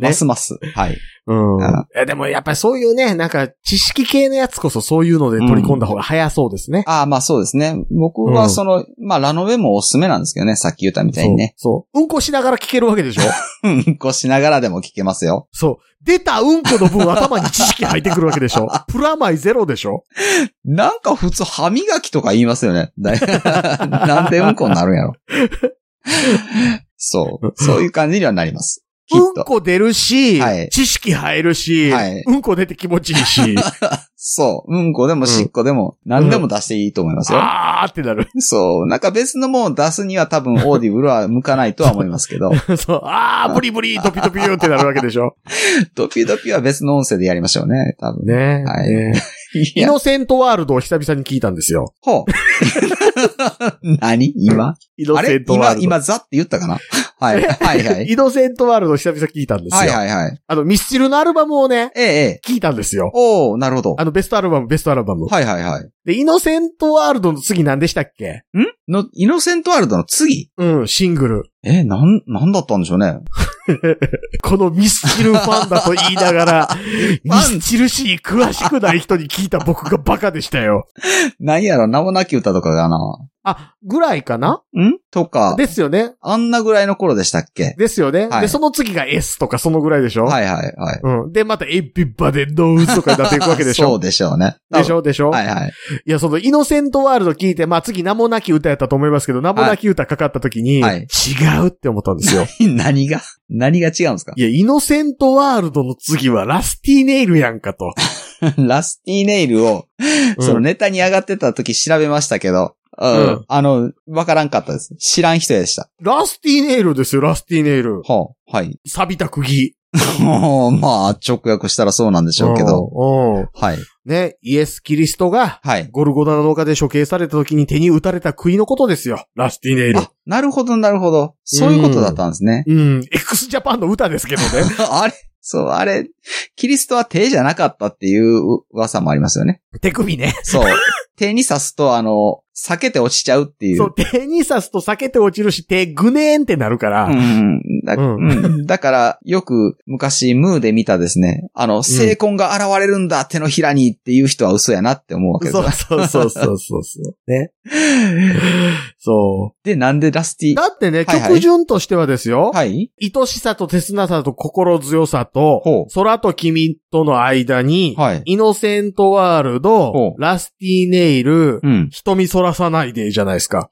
Speaker 2: ね
Speaker 3: ますます。はい。
Speaker 2: うん
Speaker 3: あ。
Speaker 2: えでもやっぱりそういうね、なんか知識系のやつこそそういうので取り込んだ方が早そうですね。
Speaker 3: ああ、まあそうですね。僕
Speaker 2: うん
Speaker 3: はその、まあラノベもおすすめなんですけどね、さっき言ったみたいにね。
Speaker 2: そう。そう。うんこしながら聞けるわけ
Speaker 3: [LAUGHS]
Speaker 2: でしょ
Speaker 3: うんこしながらでも聞けますよ。
Speaker 2: そう。出たうんこの分頭に知識入ってくるわけでし
Speaker 3: [LAUGHS]
Speaker 2: ょプラマイゼロでしょ
Speaker 3: なんか普通歯磨きとか言いますよね。だい [LAUGHS] なんでうんこになるんやろ。そう。そういう感じにはなります。きっ
Speaker 2: うん
Speaker 3: と。
Speaker 2: こ出るし、
Speaker 3: はい
Speaker 2: 知識入るし、
Speaker 3: はい
Speaker 2: うんこ出て気持ちいい
Speaker 3: [LAUGHS]
Speaker 2: し、
Speaker 3: そう。うんこでもしっこでも、何でも出していいと思いますよ。
Speaker 2: あーってなる。 [LAUGHS]
Speaker 3: そう。なんか別のもんを出すには多分オーディブルは向かないとは思いますけど、
Speaker 2: そう、あー、ブリブリ、ドピドピューってなるわけでしょ
Speaker 3: ドピュドピュは別の音声でやりましょうね、多分。
Speaker 2: ね
Speaker 3: はい
Speaker 2: ねイ
Speaker 3: いや、
Speaker 2: ノセントワールドを久々に聞いたんですよ。
Speaker 3: ほう。 [LAUGHS] 何今
Speaker 2: イノ
Speaker 3: あ
Speaker 2: セ
Speaker 3: れ
Speaker 2: ントワール
Speaker 3: 今、
Speaker 2: ド。
Speaker 3: 今、ザって言ったかな
Speaker 2: [LAUGHS]
Speaker 3: はい。はいはい。
Speaker 2: イノセントワールドを久々聞いたんですよ。
Speaker 3: はいはいはい。
Speaker 2: あの、ミスチルのアルバムをね、
Speaker 3: ええ、ええ。
Speaker 2: 聞いたんですよ。
Speaker 3: おー、なるほど。
Speaker 2: あの、ベストアルバム、ベストアルバム。
Speaker 3: はいはいはい。
Speaker 2: で、イノセントワールドの次何でしたっけ
Speaker 3: んの、イノセントワールドの次
Speaker 2: うん、シングル。
Speaker 3: え、なん、なんだったんでしょうね。
Speaker 2: このミスチルファンだと言いなが
Speaker 3: [LAUGHS]
Speaker 2: ら、ミ
Speaker 3: ァン
Speaker 2: スチル史に詳しくない人に聞いた僕がバカでしたよ。
Speaker 3: なんやろ、名もなき歌とかがな。
Speaker 2: あ、ぐらいかなん
Speaker 3: とか、
Speaker 2: ですよね。
Speaker 3: あんなぐらいの頃でしたっけ
Speaker 2: ですよね。
Speaker 3: はい
Speaker 2: で、その次が S とかそのぐらいでしょ
Speaker 3: はいはいはい。
Speaker 2: うん。で、また、エビバデノーズとかになっていくわけでし
Speaker 3: [LAUGHS] そ
Speaker 2: ょ
Speaker 3: うでしょうね。
Speaker 2: でしょでしょ、
Speaker 3: はいはい。
Speaker 2: いや、その、イノセントワールド聞いて、まあ、次、名もなき歌やったと思いますけど、名もなき歌かかった時に、
Speaker 3: はい
Speaker 2: 違うって思ったんですよ。
Speaker 3: [LAUGHS] 何が何が違うんですか
Speaker 2: いや、イノセントワールドの次はラスティネイルやんかと。
Speaker 3: [LAUGHS] ラスティネイルを、
Speaker 2: うん
Speaker 3: そのネタに上がってた時調べましたけど、うん
Speaker 2: うん
Speaker 3: あの、わからんかったです。知らん人でした。
Speaker 2: ラスティネイルですよ、ラスティネイル。
Speaker 3: ほう、はい。 [LAUGHS]
Speaker 2: 錆びた釘。
Speaker 3: もうまあ、直訳したらそうなんでしょうけど、
Speaker 2: うん。うん
Speaker 3: はい。
Speaker 2: ね、イエス・キリストが、
Speaker 3: はい。
Speaker 2: ゴルゴダの丘で処刑された時に手に打たれた杭のことですよ、ラスティネイル。
Speaker 3: あ、なるほど、なるほど。そういうことだったんですね。 [LAUGHS]
Speaker 2: うん、x ジャパンの歌ですけどね。
Speaker 3: あれそう、あれ、キリストは手じゃなかったっていう噂もありますよね。
Speaker 2: 手首ね。
Speaker 3: そう。
Speaker 2: [LAUGHS]
Speaker 3: 手に刺すと、あの、避けて落ちちゃうってい
Speaker 2: そうう、。手に刺すと避けて落ちるし、手ぐねーんってなるから。
Speaker 3: うんだ
Speaker 2: うん
Speaker 3: うん [LAUGHS] だから、よく昔、ムーで見たですね、あの、精魂が現れるんだ、手のひらにっていう人は嘘やなって思うわけです
Speaker 2: そ
Speaker 3: よ
Speaker 2: う。そうそうそうそうそう。ね。そ
Speaker 3: で、なんでラステ
Speaker 2: う。
Speaker 3: ィ
Speaker 2: だってね、
Speaker 3: はいはい
Speaker 2: 曲順としてはですよ。
Speaker 3: はい
Speaker 2: 愛しさと切なさと心強さと
Speaker 3: ほ、
Speaker 2: 空と君との間に、
Speaker 3: はい。
Speaker 2: イノセントワールド
Speaker 3: ほ、
Speaker 2: ラスティネイル
Speaker 3: う、ん。
Speaker 2: 瞳そらさないでじゃないですか。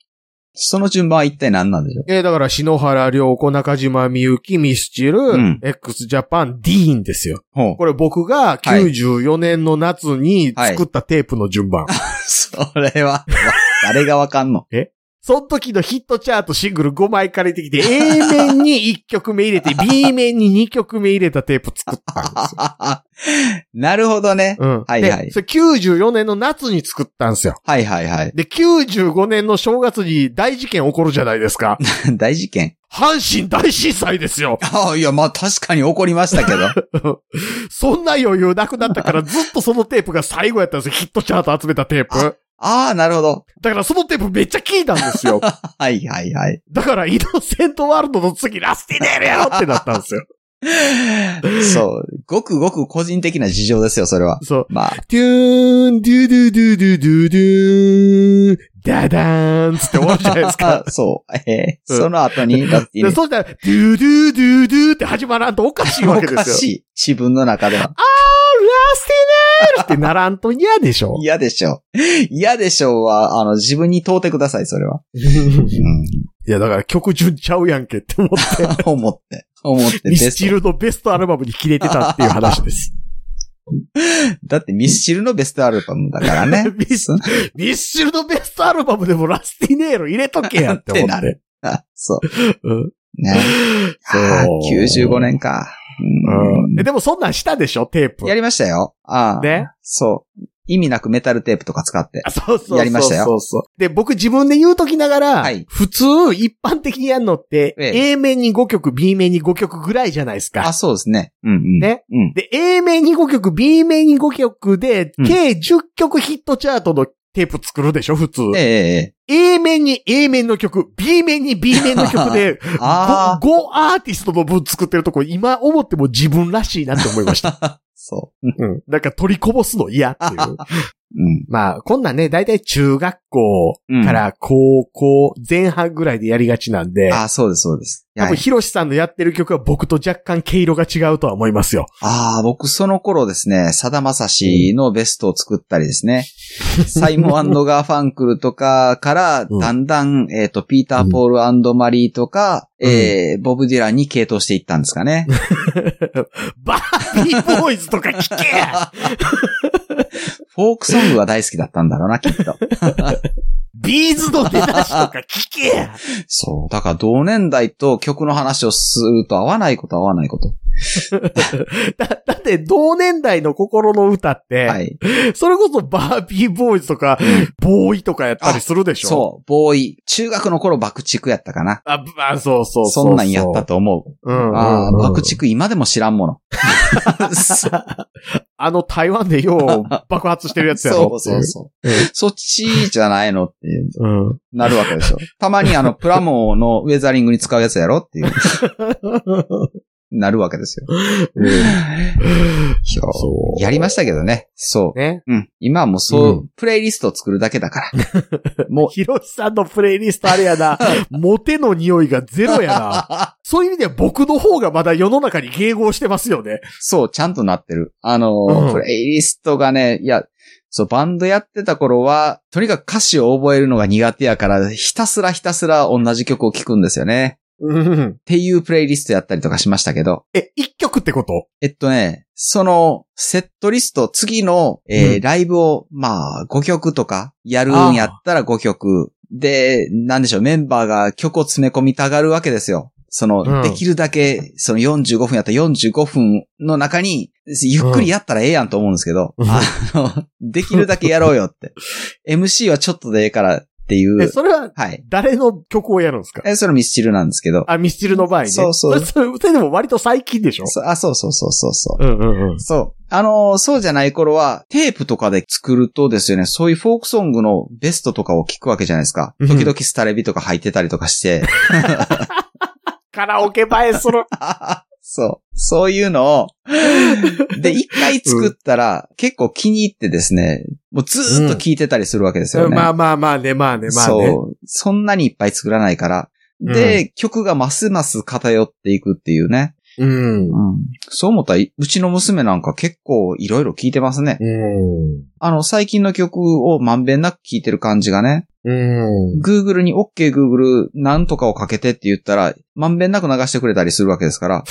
Speaker 3: その順番は一体何なんでしょう [LAUGHS]
Speaker 2: えーだから、篠原涼子、中島みゆき、ミスチル、
Speaker 3: ん
Speaker 2: x ジャパン、ディーンですよ。
Speaker 3: ほう。
Speaker 2: これ僕が94年の夏に作ったテープの順番。
Speaker 3: それは、わ [LAUGHS] 誰がわかんの
Speaker 2: [LAUGHS]
Speaker 3: [LAUGHS]
Speaker 2: その時のヒットチャートシングル5枚借りてきて、A 面に1曲目入れて、B 面に2曲目入れたテープ作ったんですよ。
Speaker 3: なるほどね。
Speaker 2: うん。
Speaker 3: はいはい
Speaker 2: で、それ94年の夏に作ったんですよ。
Speaker 3: はいはいはい。 [LAUGHS]
Speaker 2: で、95年の正月に大事件起こるじゃないですか。
Speaker 3: [LAUGHS] 大事件。
Speaker 2: 阪神大震災ですよ。 [LAUGHS]
Speaker 3: ああ、いや、まあ確かに怒りましたけど。
Speaker 2: そんな余裕なくなったからずっとそのテープが最後やったんですよ。ヒットチャート集めたテープ。
Speaker 3: ああ、なるほど。
Speaker 2: だからそのテープめっちゃ聞いたんです
Speaker 3: [LAUGHS]
Speaker 2: よ。
Speaker 3: はいはいはい。
Speaker 2: だからイノセントワールドの次ラスティネールやろってなったんですよ。
Speaker 3: そう。ごくごく個人的な事情ですよ、それは。
Speaker 2: そう。
Speaker 3: まあ、
Speaker 2: ドゥーン、ドゥドゥドゥドゥドゥドゥーン、ダダーンつって終わるじゃないですか。
Speaker 3: そう。えー
Speaker 2: うん
Speaker 3: その後に、だって
Speaker 2: で、そうしたら、ドゥドゥドゥドゥって始まらんとおかしいわ
Speaker 3: お
Speaker 2: けで
Speaker 3: か
Speaker 2: すよ。
Speaker 3: しい。自分の中では。
Speaker 2: あー、ラスティーってならんと [LAUGHS] 嫌でしょ。
Speaker 3: 嫌でしょ。嫌でしょは、あの、自分に問うてください、それは。うん。
Speaker 2: いや、だから曲順ちゃうやんけって思って、
Speaker 3: 思って。思って。
Speaker 2: ミ
Speaker 3: ベ
Speaker 2: ス
Speaker 3: ス
Speaker 2: チ
Speaker 3: ト
Speaker 2: ルのベストアルバムに切れてたっていう話です。。
Speaker 3: だってミスチルのベストアルバムだからね
Speaker 2: [LAUGHS] ミスミスチルのベストアルバムでもラスティネーロ入れとけやって思って。
Speaker 3: ってなる。あ、そう。
Speaker 2: うん。
Speaker 3: ね。
Speaker 2: そう
Speaker 3: あー95年か。
Speaker 2: うん。えでもそんなんしたでしょテープ。
Speaker 3: やりましたよ。ああ。
Speaker 2: ね。
Speaker 3: そう。意味なくメタルテープとか使って
Speaker 2: あ。そうそうそう。
Speaker 3: やりましたよ
Speaker 2: そうそう。で、僕自分で言うときながら、
Speaker 3: はい
Speaker 2: 普通、一般的にやるのって、
Speaker 3: ええ
Speaker 2: A 面に5曲、B 面に5曲ぐらいじゃないです
Speaker 3: あ、
Speaker 2: か。
Speaker 3: そうですね。うんうん。
Speaker 2: ね。
Speaker 3: うん。
Speaker 2: で、A 面に5曲、B 面に5曲で、
Speaker 3: うん
Speaker 2: 計10曲ヒットチャートのテープ作るでしょ普通。
Speaker 3: ええええ。
Speaker 2: A 面に A 面の曲、B 面に B 面の曲で、
Speaker 3: [LAUGHS] あ
Speaker 2: 5, アーティストの分作ってるとこ、今思っても自分らしいなって思いました。
Speaker 3: [LAUGHS] あ。そ
Speaker 2: うん。なんか取りこぼすの嫌って
Speaker 3: [LAUGHS]
Speaker 2: いう。
Speaker 3: う。うん。
Speaker 2: まあ、こんなんね、だいたい中学校から高校前半ぐらいでやりがちなんで、
Speaker 3: あ、そうです、そうです。
Speaker 2: 多
Speaker 3: は
Speaker 2: 分、
Speaker 3: い、
Speaker 2: ヒロシさんのやってる曲は僕と若干毛色が違うとは思いますよ。
Speaker 3: ああ、僕その頃ですね、さだまさしのベストを作ったりです
Speaker 2: [LAUGHS]
Speaker 3: ね、サイモンガーファンクルとかか
Speaker 2: うん
Speaker 3: ら、だんだん、えっ、と、ピーター・ポールマリーとか、
Speaker 2: うん
Speaker 3: えーボブ・ディランに傾倒していったんです
Speaker 2: [LAUGHS]
Speaker 3: かね。
Speaker 2: バービーボーイズとか聞けや
Speaker 3: フォークソングは大好きだったんだろうな、きっと。
Speaker 2: ビーズの出だしとか聞けや
Speaker 3: そう。だから同年代と曲の話をすると合わないこと合わないこと。
Speaker 2: [LAUGHS] だ、だって同年代の心の歌って、
Speaker 3: はい。
Speaker 2: それこそバービーボーイズとか、ボーイとかやったりするでしょ
Speaker 3: そう、ボーイ。中学の頃爆竹やったかな。
Speaker 2: あ、ぶあ、そうそうそう
Speaker 3: そんなんやった。と思う。
Speaker 2: うんうんうん
Speaker 3: ああ、爆竹今でも知ら
Speaker 2: [LAUGHS]
Speaker 3: んもの。 [LAUGHS] そう
Speaker 2: あの台湾でよう爆発してるやつやろ
Speaker 3: [LAUGHS] そうそうそう。そっちじゃないのっていう
Speaker 2: う。うん。
Speaker 3: なるわけ
Speaker 2: [LAUGHS]
Speaker 3: でしょ。たまにあの、プラモのウェザリングに使うやつやろっていう、
Speaker 2: [LAUGHS]
Speaker 3: なるわけですよ。
Speaker 2: そ。
Speaker 3: やりましたけどね。そう
Speaker 2: ね。
Speaker 3: う。うん。今はもうそう、
Speaker 2: うん
Speaker 3: プレイリストを作るだけだから。もう、
Speaker 2: ひろしさんのプレイリストあれや
Speaker 3: [LAUGHS]
Speaker 2: な、モテの匂いがゼロやな。そういう意味では僕の方がまだ世の中に迎合してますよね。
Speaker 3: そう、ちゃんとなってる。あのー、
Speaker 2: うん
Speaker 3: プレイリストがね、いや、そう、バンドやってた頃は、とにかく歌詞を覚えるのが苦手やから、ひたすらひたすら同じ曲を聴くんですよね。
Speaker 2: うん。
Speaker 3: っていうプレイリストやったりとかしましたけど、
Speaker 2: え、一曲ってこと
Speaker 3: えっとね、その、セットリスト、次の、えー
Speaker 2: うん
Speaker 3: ライブを、まあ、5曲とか、やるんやったら5曲。で、なんでしょう、メンバーが曲を詰め込みたがるわけですよ。その、
Speaker 2: うん
Speaker 3: できるだけ、その45分やったら45分の中に、ゆっくりやったらええやんと思うんですけど、
Speaker 2: うん
Speaker 3: あの、できるだけやろうよ
Speaker 2: [LAUGHS]
Speaker 3: って。MC はちょっとでええからってい
Speaker 2: え、
Speaker 3: う、
Speaker 2: それは
Speaker 3: はい。
Speaker 2: 誰の曲をやるんですか
Speaker 3: え、それミスチルなんですけど、
Speaker 2: あ、ミスチルの場合ね。
Speaker 3: そうそ
Speaker 2: そ
Speaker 3: う
Speaker 2: れそれそれでも割と最近でしょ
Speaker 3: そあ、そうそうそうそうそう。
Speaker 2: うんうんうん。
Speaker 3: そう。あのーそうじゃない頃は、テープとかで作るとですよね、そういうフォークソングのベストとかを聞くわけじゃないですか。
Speaker 2: うん
Speaker 3: 時々スタレビとか入ってたりと
Speaker 2: [LAUGHS]
Speaker 3: かして、
Speaker 2: カラオケ映えす
Speaker 3: [LAUGHS]
Speaker 2: る。
Speaker 3: そう。そういうのを、で、一回作ったら、結構気に入ってですね、もうずーっと聞いてたりするわけですよね。
Speaker 2: まあまあまあね、まあね、まあね。
Speaker 3: そう。そんなにいっぱい作らないから。で、曲がますます偏っていくっていうね。
Speaker 2: うん。
Speaker 3: うん、そう思ったら、うちの娘なんか結構いろいろ聞いてますね。
Speaker 2: うん。
Speaker 3: あの、最近の曲をまんべんなく聴いてる感じがね、
Speaker 2: うん。
Speaker 3: Google に OK Google なんとかをかけてって言ったら、まんべんなく流してくれたりするわけで
Speaker 2: [LAUGHS]
Speaker 3: すから、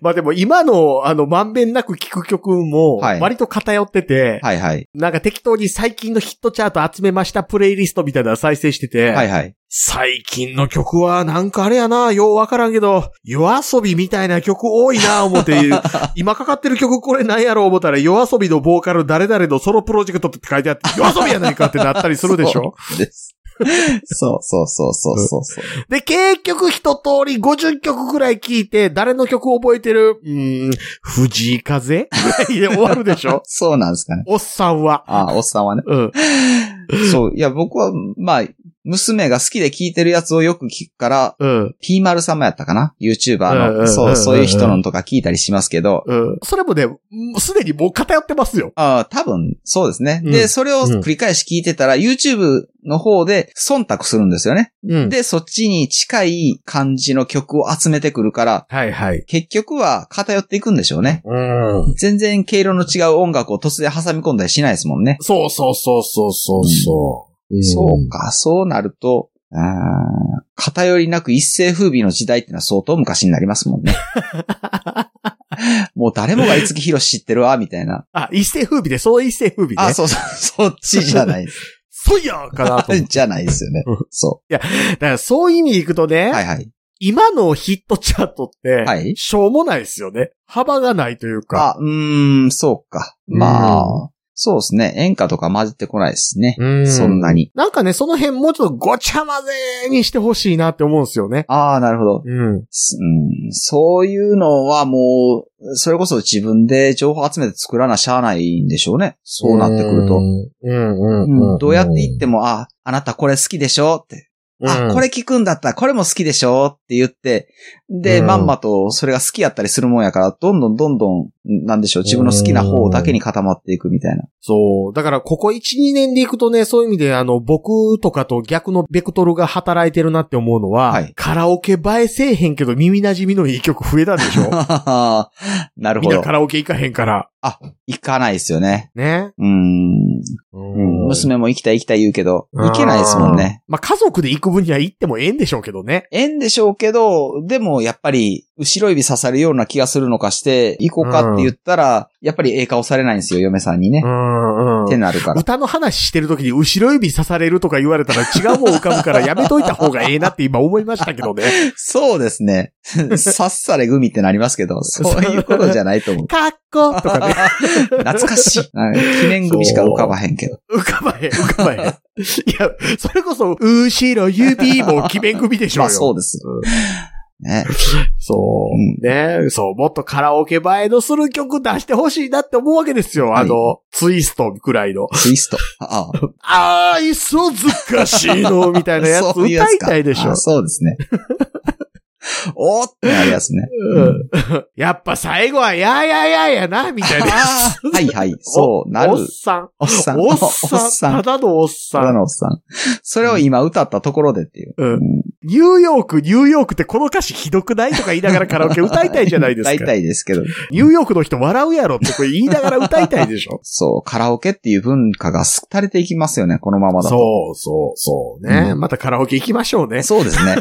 Speaker 2: まあでも今の、あの、まんべんなく聴く曲も、
Speaker 3: はい
Speaker 2: 割と偏ってて、
Speaker 3: はいはい。
Speaker 2: なんか適当に最近のヒットチャート集めましたプレイリストみたいなの再生してて、
Speaker 3: はいはい。
Speaker 2: 最近の曲はなんかあれやな、ようわからんけど、夜遊びみたいな曲多いな、思って、 [LAUGHS] 今かかってる曲これなんやろう思ったら、夜遊びのボーカル誰々のソロプロジェクトって書いてあって、夜遊びやないかってなったりするでしょ [LAUGHS]
Speaker 3: そうです。そうそうそうそうそうそう。
Speaker 2: で、結局一通り50曲ぐらい聴いて、誰の曲覚えてるうーん、藤井風 [LAUGHS] いや、終わるでしょ
Speaker 3: そうなんですかね。
Speaker 2: おっさんは。
Speaker 3: ああ、おっさんはね。
Speaker 2: うん。
Speaker 3: そう。いや、僕は、まあ、娘が好きで聞いてるやつをよく聞くから、
Speaker 2: うん。
Speaker 3: ピーマル様やったかな ?YouTuber
Speaker 2: うんうんうんうん
Speaker 3: の。そう、そういう人のとか聞いたりしますけど、
Speaker 2: うん。それもね、もうすでにもう偏ってますよ。
Speaker 3: ああ、多分、そうですね。
Speaker 2: うん
Speaker 3: で、それを繰り返し聞いてたら、YouTube の方で忖度するんですよね。
Speaker 2: うん。
Speaker 3: で、そっちに近い感じの曲を集めてくるから、
Speaker 2: はいはい。
Speaker 3: 結局は偏っていくんでしょうね。
Speaker 2: うん。
Speaker 3: 全然毛色の違う音楽を突然挟み込んだりしないですもんね。
Speaker 2: そうそうそうそうそうそう、ん
Speaker 3: そう。か、そうなると、あー偏りなく一世風靡の時代ってのは相当昔になりま
Speaker 2: [LAUGHS]
Speaker 3: すもんね。もう誰もが五木ひろし知ってるわ、みたいな。
Speaker 2: あ、一世風靡で、そう一世風靡
Speaker 3: あ、
Speaker 2: ね。
Speaker 3: そうそう、そっちじゃないです。
Speaker 2: [LAUGHS] そうやかなと思って。
Speaker 3: じゃないですよね
Speaker 2: うん。
Speaker 3: そ
Speaker 2: だからそういう意味でいくとね、
Speaker 3: う。はいはい。
Speaker 2: 今のヒットチャートって、
Speaker 3: はい
Speaker 2: しょうもないですよね。幅がないというか。
Speaker 3: あ、うーん、そうか。まあ、そうですね。演歌とか混じってこないですね。
Speaker 2: うん
Speaker 3: そんなに。
Speaker 2: なんかね、その辺もうちょっとごちゃ混ぜにしてほしいなって思うんですよね。
Speaker 3: ああ、なるほど。
Speaker 2: うん。
Speaker 3: すうん、そういうのはもう、それこそ自分で情報集めて作らなしゃあないんでしょうね。そうなってくると。
Speaker 2: うん、うん、
Speaker 3: う
Speaker 2: うんん。
Speaker 3: どうやって言っても、あ、あなたこれ好きでしょって。
Speaker 2: う
Speaker 3: あ、
Speaker 2: ん
Speaker 3: これ聞くんだったらこれも好きでしょって言って、で、
Speaker 2: うん
Speaker 3: まんまとそれが好きやったりするもんやから、どんどんどんどん、なんでしょう、自分の好きな方だけに固まっていくみたいな。
Speaker 2: そう。だから、ここ1、2年でいくとね、そういう意味で、あの、僕とかと逆のベクトルが働いてるなって思うのは、
Speaker 3: はい
Speaker 2: カラオケ映えせえへんけど耳馴染みのいい曲増えたで
Speaker 3: [LAUGHS]
Speaker 2: しょ
Speaker 3: なる
Speaker 2: み
Speaker 3: ほ
Speaker 2: んな
Speaker 3: ど
Speaker 2: カ。ラオケ行かへんから。
Speaker 3: 行かないですよね。
Speaker 2: ね。
Speaker 3: うん。
Speaker 2: うん
Speaker 3: 娘も行きたい行きたい言うけど、行けないですもんね。
Speaker 2: まあ、家族で行く分には行ってもええんでしょうけど
Speaker 3: [LAUGHS]
Speaker 2: ね。
Speaker 3: ええんでしょうけど、でもやっぱり、後ろ指刺さるような気がするのかして、行こうかって言ったら、やっぱりええ顔されないんですよ、嫁さんにね。
Speaker 2: ん
Speaker 3: ってな
Speaker 2: [LAUGHS]
Speaker 3: るから。
Speaker 2: 歌の話してる時に後ろ指刺されるとか言われたら違うもん浮かぶからやめといた方がええなって今思いましたけどね。
Speaker 3: [LAUGHS] そうですね。刺され組ってなりま
Speaker 2: [LAUGHS]
Speaker 3: すけど、そういうことじゃないと思う。
Speaker 2: かっことかね。
Speaker 3: 懐かしい。
Speaker 2: [LAUGHS]
Speaker 3: はい記念組しか浮かばへんけど。
Speaker 2: 浮かばへん、浮か
Speaker 3: [LAUGHS]
Speaker 2: ばへん。いや、それこそ、後ろ指も記念組でしょう
Speaker 3: [LAUGHS] ま
Speaker 2: よ。
Speaker 3: あそうです。ね。
Speaker 2: そうう。ねそう、もっとカラオケ映えのする曲出してほしいなって思うわけですよ。
Speaker 3: はい
Speaker 2: あの、ツイストくらいの。
Speaker 3: ツイスト。ああ。
Speaker 2: あー、いそずかしい
Speaker 3: [LAUGHS]
Speaker 2: の、みたいなやつ
Speaker 3: そ
Speaker 2: 歌
Speaker 3: ううやつ
Speaker 2: い
Speaker 3: か
Speaker 2: たいでしょ
Speaker 3: あ。そうです
Speaker 2: [LAUGHS]
Speaker 3: ね。おーってなるやつね。
Speaker 2: うん。 [LAUGHS] やっぱ最後は、やーやーやーやな、みたいなや
Speaker 3: あ
Speaker 2: つ。
Speaker 3: ーはいはい。そう、 [LAUGHS] なる
Speaker 2: お。っさん。
Speaker 3: おっさん。
Speaker 2: おっ
Speaker 3: おっ
Speaker 2: さ
Speaker 3: さ
Speaker 2: ん。
Speaker 3: ん
Speaker 2: ただのおっさ
Speaker 3: ただ
Speaker 2: ん。
Speaker 3: のおっさん。それを今歌ったところでっていう。
Speaker 2: うんニューヨーク、ニューヨークってこの歌詞ひどくないとか言いながらカラオケ歌いたいじゃないです
Speaker 3: 歌
Speaker 2: か
Speaker 3: い。たいですけど。。
Speaker 2: ニューヨークの人笑うやろってこれ言いながら歌いたいでしょ
Speaker 3: [LAUGHS] そう、カラオケっていう文化が廃れていきますよね、このままだと。
Speaker 2: そうそうそうね。またカラオケ行きましょうね。
Speaker 3: そうですね。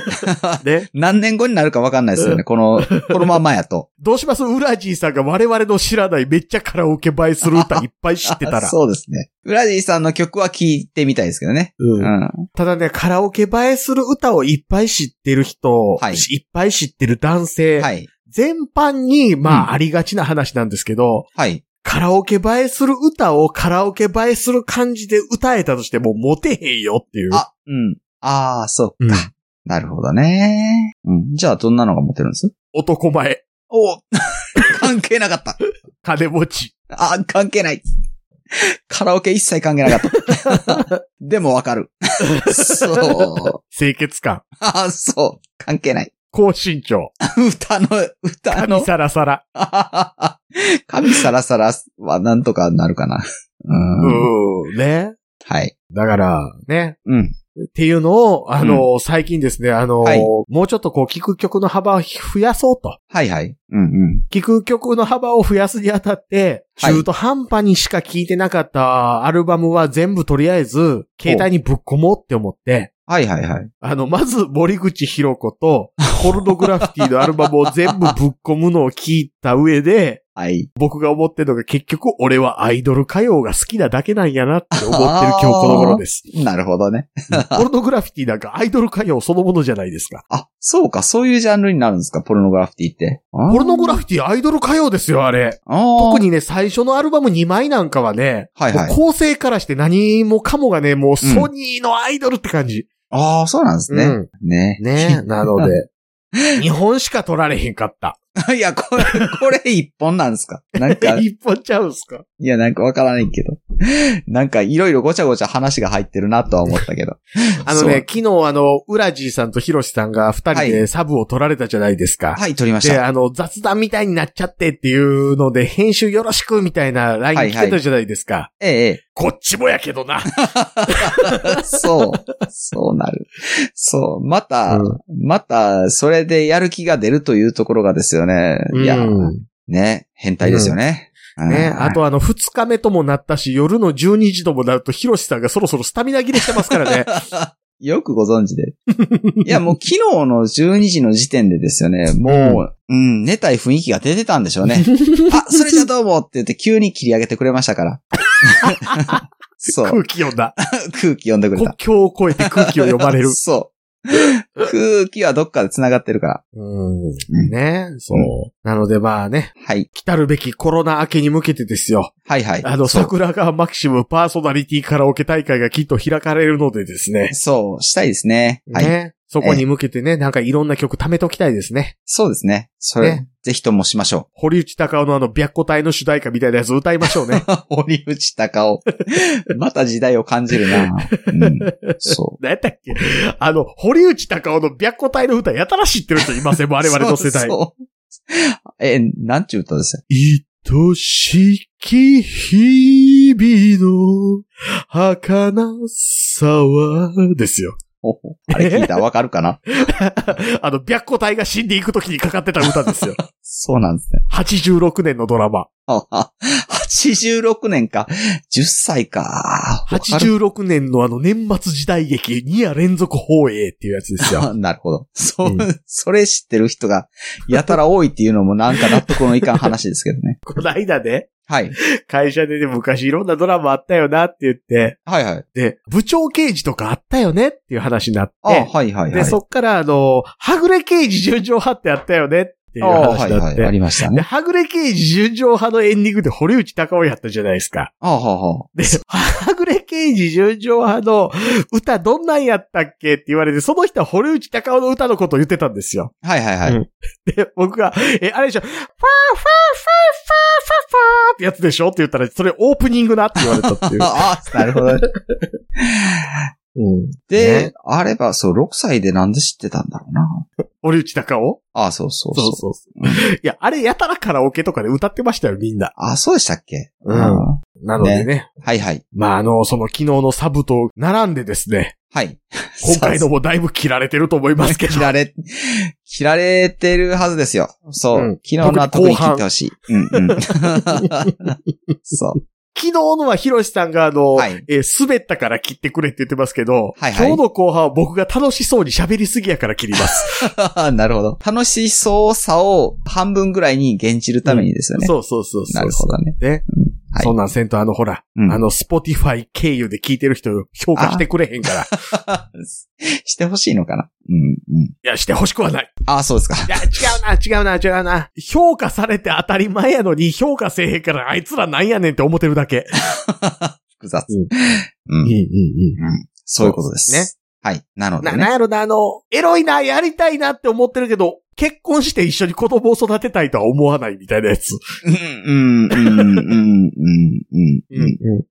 Speaker 2: ね。
Speaker 3: 何年後になるかわかんないですよ
Speaker 2: う
Speaker 3: ね、
Speaker 2: [LAUGHS]
Speaker 3: この、このままやと。
Speaker 2: どうしますウラジーさんが我々の知らないめっちゃカラオケ映えする歌いっぱい知ってたら。
Speaker 3: そうですね。ウラジーさんの曲は聴いてみたいですけどね。
Speaker 2: う
Speaker 3: うんん。
Speaker 2: ただね、カラオケ映えする歌をいっぱい知ってる人、
Speaker 3: はい
Speaker 2: いっぱい知ってる男性、
Speaker 3: はい。
Speaker 2: 全般に、
Speaker 3: う
Speaker 2: まあ、
Speaker 3: ん
Speaker 2: ありがちな話なんですけど、
Speaker 3: はい。
Speaker 2: カラオケ映えする歌をカラオケ映えする感じで歌えたとしてもモテへんよっていう。
Speaker 3: あ、うん。ああ、そっ
Speaker 2: うん
Speaker 3: か。なるほどね。うん。じゃあ、どんなのが持てるんです
Speaker 2: 男前、
Speaker 3: お [LAUGHS] 関係なかった。
Speaker 2: 金持ち。
Speaker 3: あ、関係ない。カラオケ一切関係なか [LAUGHS] った。でもわかる。そう。
Speaker 2: 清潔感、
Speaker 3: [LAUGHS] あ、そう。関係ない。
Speaker 2: 高身長、
Speaker 3: 歌の、歌
Speaker 2: 髪
Speaker 3: の、
Speaker 2: サラサラ。
Speaker 3: [LAUGHS] 神サラサラはなんとかなるかな。うん。
Speaker 2: うん、ね。
Speaker 3: はい。
Speaker 2: だから、ね。
Speaker 3: うん。
Speaker 2: っていうのを、あの、最近ですね、あの、
Speaker 3: はい
Speaker 2: もうちょっとこう、聴く曲の幅を増やそうと。
Speaker 3: はいはい。うん
Speaker 2: 聴く曲の幅を増やすにあたって、
Speaker 3: はい
Speaker 2: 中途半端にしか聴いてなかったアルバムは全部とりあえず、携帯にぶっ込もうって思って、
Speaker 3: うん。はいはいはい。
Speaker 2: あの、まず、森口博子
Speaker 3: [LAUGHS]
Speaker 2: と、ポルノグラフィティのアルバムを全部ぶっ込むのを聞いた上で、
Speaker 3: はい。
Speaker 2: 僕が思ってるのが結局俺はアイドル歌謡が好きなだけなんやなって思ってる今日この頃
Speaker 3: [LAUGHS]
Speaker 2: です。
Speaker 3: なるほどね。
Speaker 2: ポルノグラフィティなんかアイドル歌謡そのものじゃないですか。
Speaker 3: あ、そうか、そういうジャンルになるんですか、ポルノグラフィティって。ポ
Speaker 2: ポルノグラフィティアイドル歌謡ですよ、あれ。特
Speaker 3: 特。
Speaker 2: にね、最初のアルバム2枚なんかはね、
Speaker 3: はいはい
Speaker 2: もう構成からして何もかもがね、もうソニーのアイドルって感じ。
Speaker 3: ああ、そうなんですね。
Speaker 2: うん [LAUGHS]
Speaker 3: ね。
Speaker 2: ねなので。日本しか撮られへんかった。
Speaker 3: [LAUGHS] いや、これ、これ一本なん [LAUGHS] ですかなんか、い
Speaker 2: 一本ちゃうんすか
Speaker 3: や、なんかわからないけど。 [LAUGHS] なんか、いろいろごちゃごちゃ話が入ってるなとは思った [LAUGHS] けど。
Speaker 2: あのね、昨日あの、ウラジーさんとヒロシさんが二人
Speaker 3: は
Speaker 2: でサブを取られたじゃないですか。
Speaker 3: そう。はい、撮りまし
Speaker 2: で、
Speaker 3: た。
Speaker 2: あの、雑談みたいになっちゃってっていうので、編集よろしくみたいなライン来てたじゃないですか。
Speaker 3: ええ、え
Speaker 2: こっちもやけどな。
Speaker 3: え。そう。そうなる。そう。また、
Speaker 2: う
Speaker 3: また、それでやる気が出るというところがですよね。いや、
Speaker 2: うん
Speaker 3: ね、変態ですよね。
Speaker 2: ね、
Speaker 3: うん
Speaker 2: あとあの、二日目ともなったし、夜の12時ともなると、ヒロシさんがそろそろスタミナ切れしてますから [LAUGHS] ね。
Speaker 3: よくご存知 [LAUGHS] で。いや、もう昨日の12時の時点でですよね、もう、うん、寝たい雰囲気が出てたんでし
Speaker 2: [LAUGHS]
Speaker 3: ょうね。あ、それじゃどうもって言って急に切り上げてくれまし
Speaker 2: [LAUGHS]
Speaker 3: たから。そう。
Speaker 2: 空気読んだ。
Speaker 3: 空気読んでくれ
Speaker 2: 国
Speaker 3: た。
Speaker 2: 境を越えて空気を読まれる。
Speaker 3: そう。空気はどっかで繋がってるから。
Speaker 2: [LAUGHS] うん。ね、そうう。なのでまあね、
Speaker 3: はい。
Speaker 2: 来たるべきコロナ明けに向けてですよ。
Speaker 3: はいはい。
Speaker 2: あの、
Speaker 3: そう。
Speaker 2: 桜川マキシムパーソナリティカラオケ大会がきっと開かれるのでですね。
Speaker 3: そう、したいですね。はい。
Speaker 2: ね。そこに向けてね、なんかいろんな曲貯めときたいですね。
Speaker 3: そうですね。それ、
Speaker 2: ね
Speaker 3: ぜひともしまし [LAUGHS] ょ
Speaker 2: 堀内隆夫のあの、白虎隊の主題歌みたいなやつ歌いましょ
Speaker 3: [LAUGHS]
Speaker 2: うね。
Speaker 3: う。堀内隆
Speaker 2: [LAUGHS]
Speaker 3: 夫。また時代を感じるな、うん、
Speaker 2: [LAUGHS]
Speaker 3: そう。
Speaker 2: 何やったっけあの、堀内隆夫の白虎隊の歌やたら知ってる人いま
Speaker 3: [LAUGHS]
Speaker 2: せん、我々の世代。
Speaker 3: そうそうえ、なんちゅう歌ですよ。
Speaker 2: 愛しき日々の儚さは、ですよ。
Speaker 3: おあれ聞いたらわかる
Speaker 2: [LAUGHS]
Speaker 3: かな
Speaker 2: あの、白虎隊が死んでいく時にかかってた歌
Speaker 3: [LAUGHS]
Speaker 2: ですよ。
Speaker 3: そうなんですね。
Speaker 2: 86年のド
Speaker 3: [LAUGHS]
Speaker 2: ラマ。
Speaker 3: あ86年か。10歳か。 [LAUGHS] わかる
Speaker 2: 86年のあの年末時代劇2夜連続放映っていうやつですよ。
Speaker 3: [LAUGHS] あなるほど。そう、
Speaker 2: う
Speaker 3: それ知ってる人がやたら多いっていうのもなんか納得のいかん話ですけど [LAUGHS] ね。
Speaker 2: こないだね、
Speaker 3: はい。
Speaker 2: 会社でね、昔いろんなドラマあったよなって言って、
Speaker 3: はいはい。
Speaker 2: で、部長刑事とかあったよねっていう話になって、
Speaker 3: あはいはいは
Speaker 2: で、
Speaker 3: い。
Speaker 2: そっからあの、はぐれ刑事純情派ってあったよねっていう
Speaker 3: あは
Speaker 2: 話
Speaker 3: い
Speaker 2: にな
Speaker 3: は
Speaker 2: っ
Speaker 3: い。あ
Speaker 2: て、
Speaker 3: りました
Speaker 2: で、
Speaker 3: ね。
Speaker 2: はぐれ刑事純情派のエンディングで堀内隆夫やったじゃないですか。
Speaker 3: あはは。 [LAUGHS]
Speaker 2: で、はぐれ刑事純情派の歌どんなんやったっけって言われて、その人は堀内隆夫の歌のことを言ってたんですよ。
Speaker 3: はいはいは
Speaker 2: う
Speaker 3: い。
Speaker 2: ん。で、僕が、え、あれでしょ、ファーファーファーファーファーファーってやつでしょって言ったら、それオープニングなって言われたっていう
Speaker 3: [LAUGHS] ああ、なるほど。
Speaker 2: うん。
Speaker 3: で、
Speaker 2: ね
Speaker 3: あれば、そう、6歳でなんで知ってたんだろうな。
Speaker 2: 堀内隆夫
Speaker 3: ああ、そうそうそう。
Speaker 2: そうそう。いや、あれやたらカラオケとかで歌ってましたよ、みんな。
Speaker 3: ああ、そうでしたっけ
Speaker 2: うん
Speaker 3: あ
Speaker 2: なのでね。
Speaker 3: あはいはい。
Speaker 2: まあ、あの、その昨日のサブと並んでですね、
Speaker 3: はい。
Speaker 2: 今回のもだいぶ切られてると思いますけど
Speaker 3: 切。られ、切られてるはずですよ。そ
Speaker 2: う
Speaker 3: う。
Speaker 2: ん
Speaker 3: 昨日のは
Speaker 2: 特に
Speaker 3: 特に
Speaker 2: 後半
Speaker 3: 聞いてほしい。うん
Speaker 2: [LAUGHS]
Speaker 3: うん。そう。
Speaker 2: 昨日のはヒロシさんがあの、
Speaker 3: はい。 [LAUGHS]
Speaker 2: えー滑ったから切ってくれって言ってますけど、
Speaker 3: はいはい
Speaker 2: 今日の後半は僕が楽しそうに喋りすぎやから切り
Speaker 3: [LAUGHS]
Speaker 2: ます。
Speaker 3: なるほど。楽しそうさを半分ぐらいに現じるためにですよね。
Speaker 2: そうそうそうそう。
Speaker 3: なるほどね。
Speaker 2: ね
Speaker 3: うんはい
Speaker 2: そんなんせんと、あの、ほら、
Speaker 3: うん
Speaker 2: あの、スポティファイ経由で聞いてる人評価してくれへん
Speaker 3: [LAUGHS]
Speaker 2: から。い
Speaker 3: してほしいのかなうんうん。
Speaker 2: や、してほしくはない。
Speaker 3: ああ、そうですか。 [LAUGHS]
Speaker 2: いや、違うな、違うな、違うな。評価されて当たり前やのに、評価せえへんから、あいつらなんやねんって思ってるだけ。
Speaker 3: 複雑。
Speaker 2: うん
Speaker 3: うん。
Speaker 2: ん
Speaker 3: そういうことです。
Speaker 2: そうで
Speaker 3: はい。なので
Speaker 2: な、
Speaker 3: ね。
Speaker 2: なんやろな、あの、エロいな、やりたいなって思ってるけど、結婚して一緒に子供を育てたいとは思わないみたいなやつ。
Speaker 3: うん、うん、うん、うん、うん、うん。
Speaker 2: う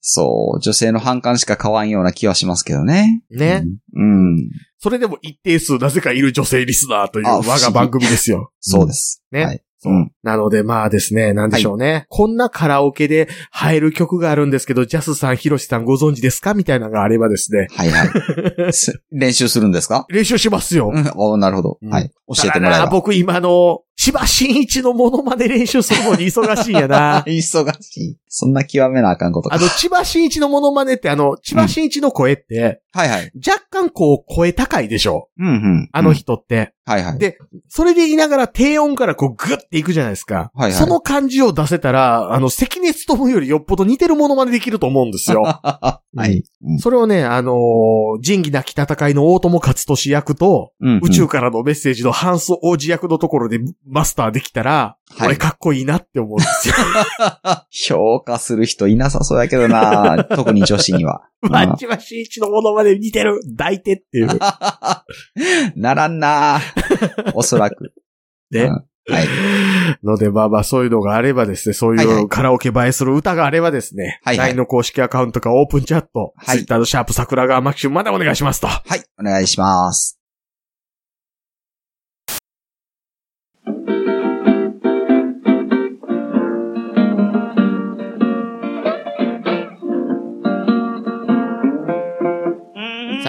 Speaker 3: そう、女性の反感しか買わんような気はしますけどね。
Speaker 2: ん。ね。
Speaker 3: うん。うん
Speaker 2: それでも一定数、なぜかいる女性リスナーという
Speaker 3: あ
Speaker 2: 我が番組ですよ。
Speaker 3: [LAUGHS] そうです。
Speaker 2: ね
Speaker 3: はい
Speaker 2: そう
Speaker 3: うん
Speaker 2: なので、まあですね、なんでしょうね。こんなカラオケで入る曲があるんですけど、ジャスさん、ヒロシさんご存知ですかみたいなのがあればですね。
Speaker 3: はい [LAUGHS] はい。す練習するんですか [LAUGHS]
Speaker 2: 練習しますよ。
Speaker 3: うん。おなるほど。
Speaker 2: うん
Speaker 3: はい。教えても
Speaker 2: た
Speaker 3: らえ
Speaker 2: だな
Speaker 3: ば。
Speaker 2: 僕今あの、千葉真一のモノマネ練習するのに忙しいんや
Speaker 3: [LAUGHS]
Speaker 2: な。
Speaker 3: 忙しい。そんな極めなあかんこと
Speaker 2: あ
Speaker 3: か。
Speaker 2: の、千葉真一のモノマネってあの、千葉真一の声って、
Speaker 3: はいはい。
Speaker 2: 若干こう、声高いでしょ
Speaker 3: うんうん。
Speaker 2: あの
Speaker 3: うん
Speaker 2: 人って。
Speaker 3: はいはい。
Speaker 2: でそれで言いながら低音からこう、グッていくじゃないですか。
Speaker 3: はいはい
Speaker 2: その感じを出せたら、あの、関根勤よりよっぽど似てるモノマネできると思うんですよ。
Speaker 3: [LAUGHS] はい。うん
Speaker 2: それをね、あのー仁義なき戦いの大友勝利役と、
Speaker 3: うんうん
Speaker 2: 宇宙からのメッセージのハンス王子役のところでマスターできたら、
Speaker 3: はい
Speaker 2: 俺かっこいいなって思うんです
Speaker 3: [LAUGHS]
Speaker 2: よ。 [LAUGHS]
Speaker 3: 評価する人いなさそうやけど [LAUGHS] な特に女子には。
Speaker 2: マッチマシイチのものまで似て
Speaker 3: [LAUGHS]
Speaker 2: る抱いてっていう。
Speaker 3: ならんなおそらく。
Speaker 2: ね。
Speaker 3: うんはい。
Speaker 2: ので、まあまあ、そういうのがあればですね、そう
Speaker 3: はいはいいう
Speaker 2: カラオケ映えする歌があればですね、
Speaker 3: はいはい
Speaker 2: LINE の公式アカウントかオープンチャット、
Speaker 3: はい
Speaker 2: Twitter のシャープ桜川マキシムまでお願いしますと。
Speaker 3: はい、お願いします。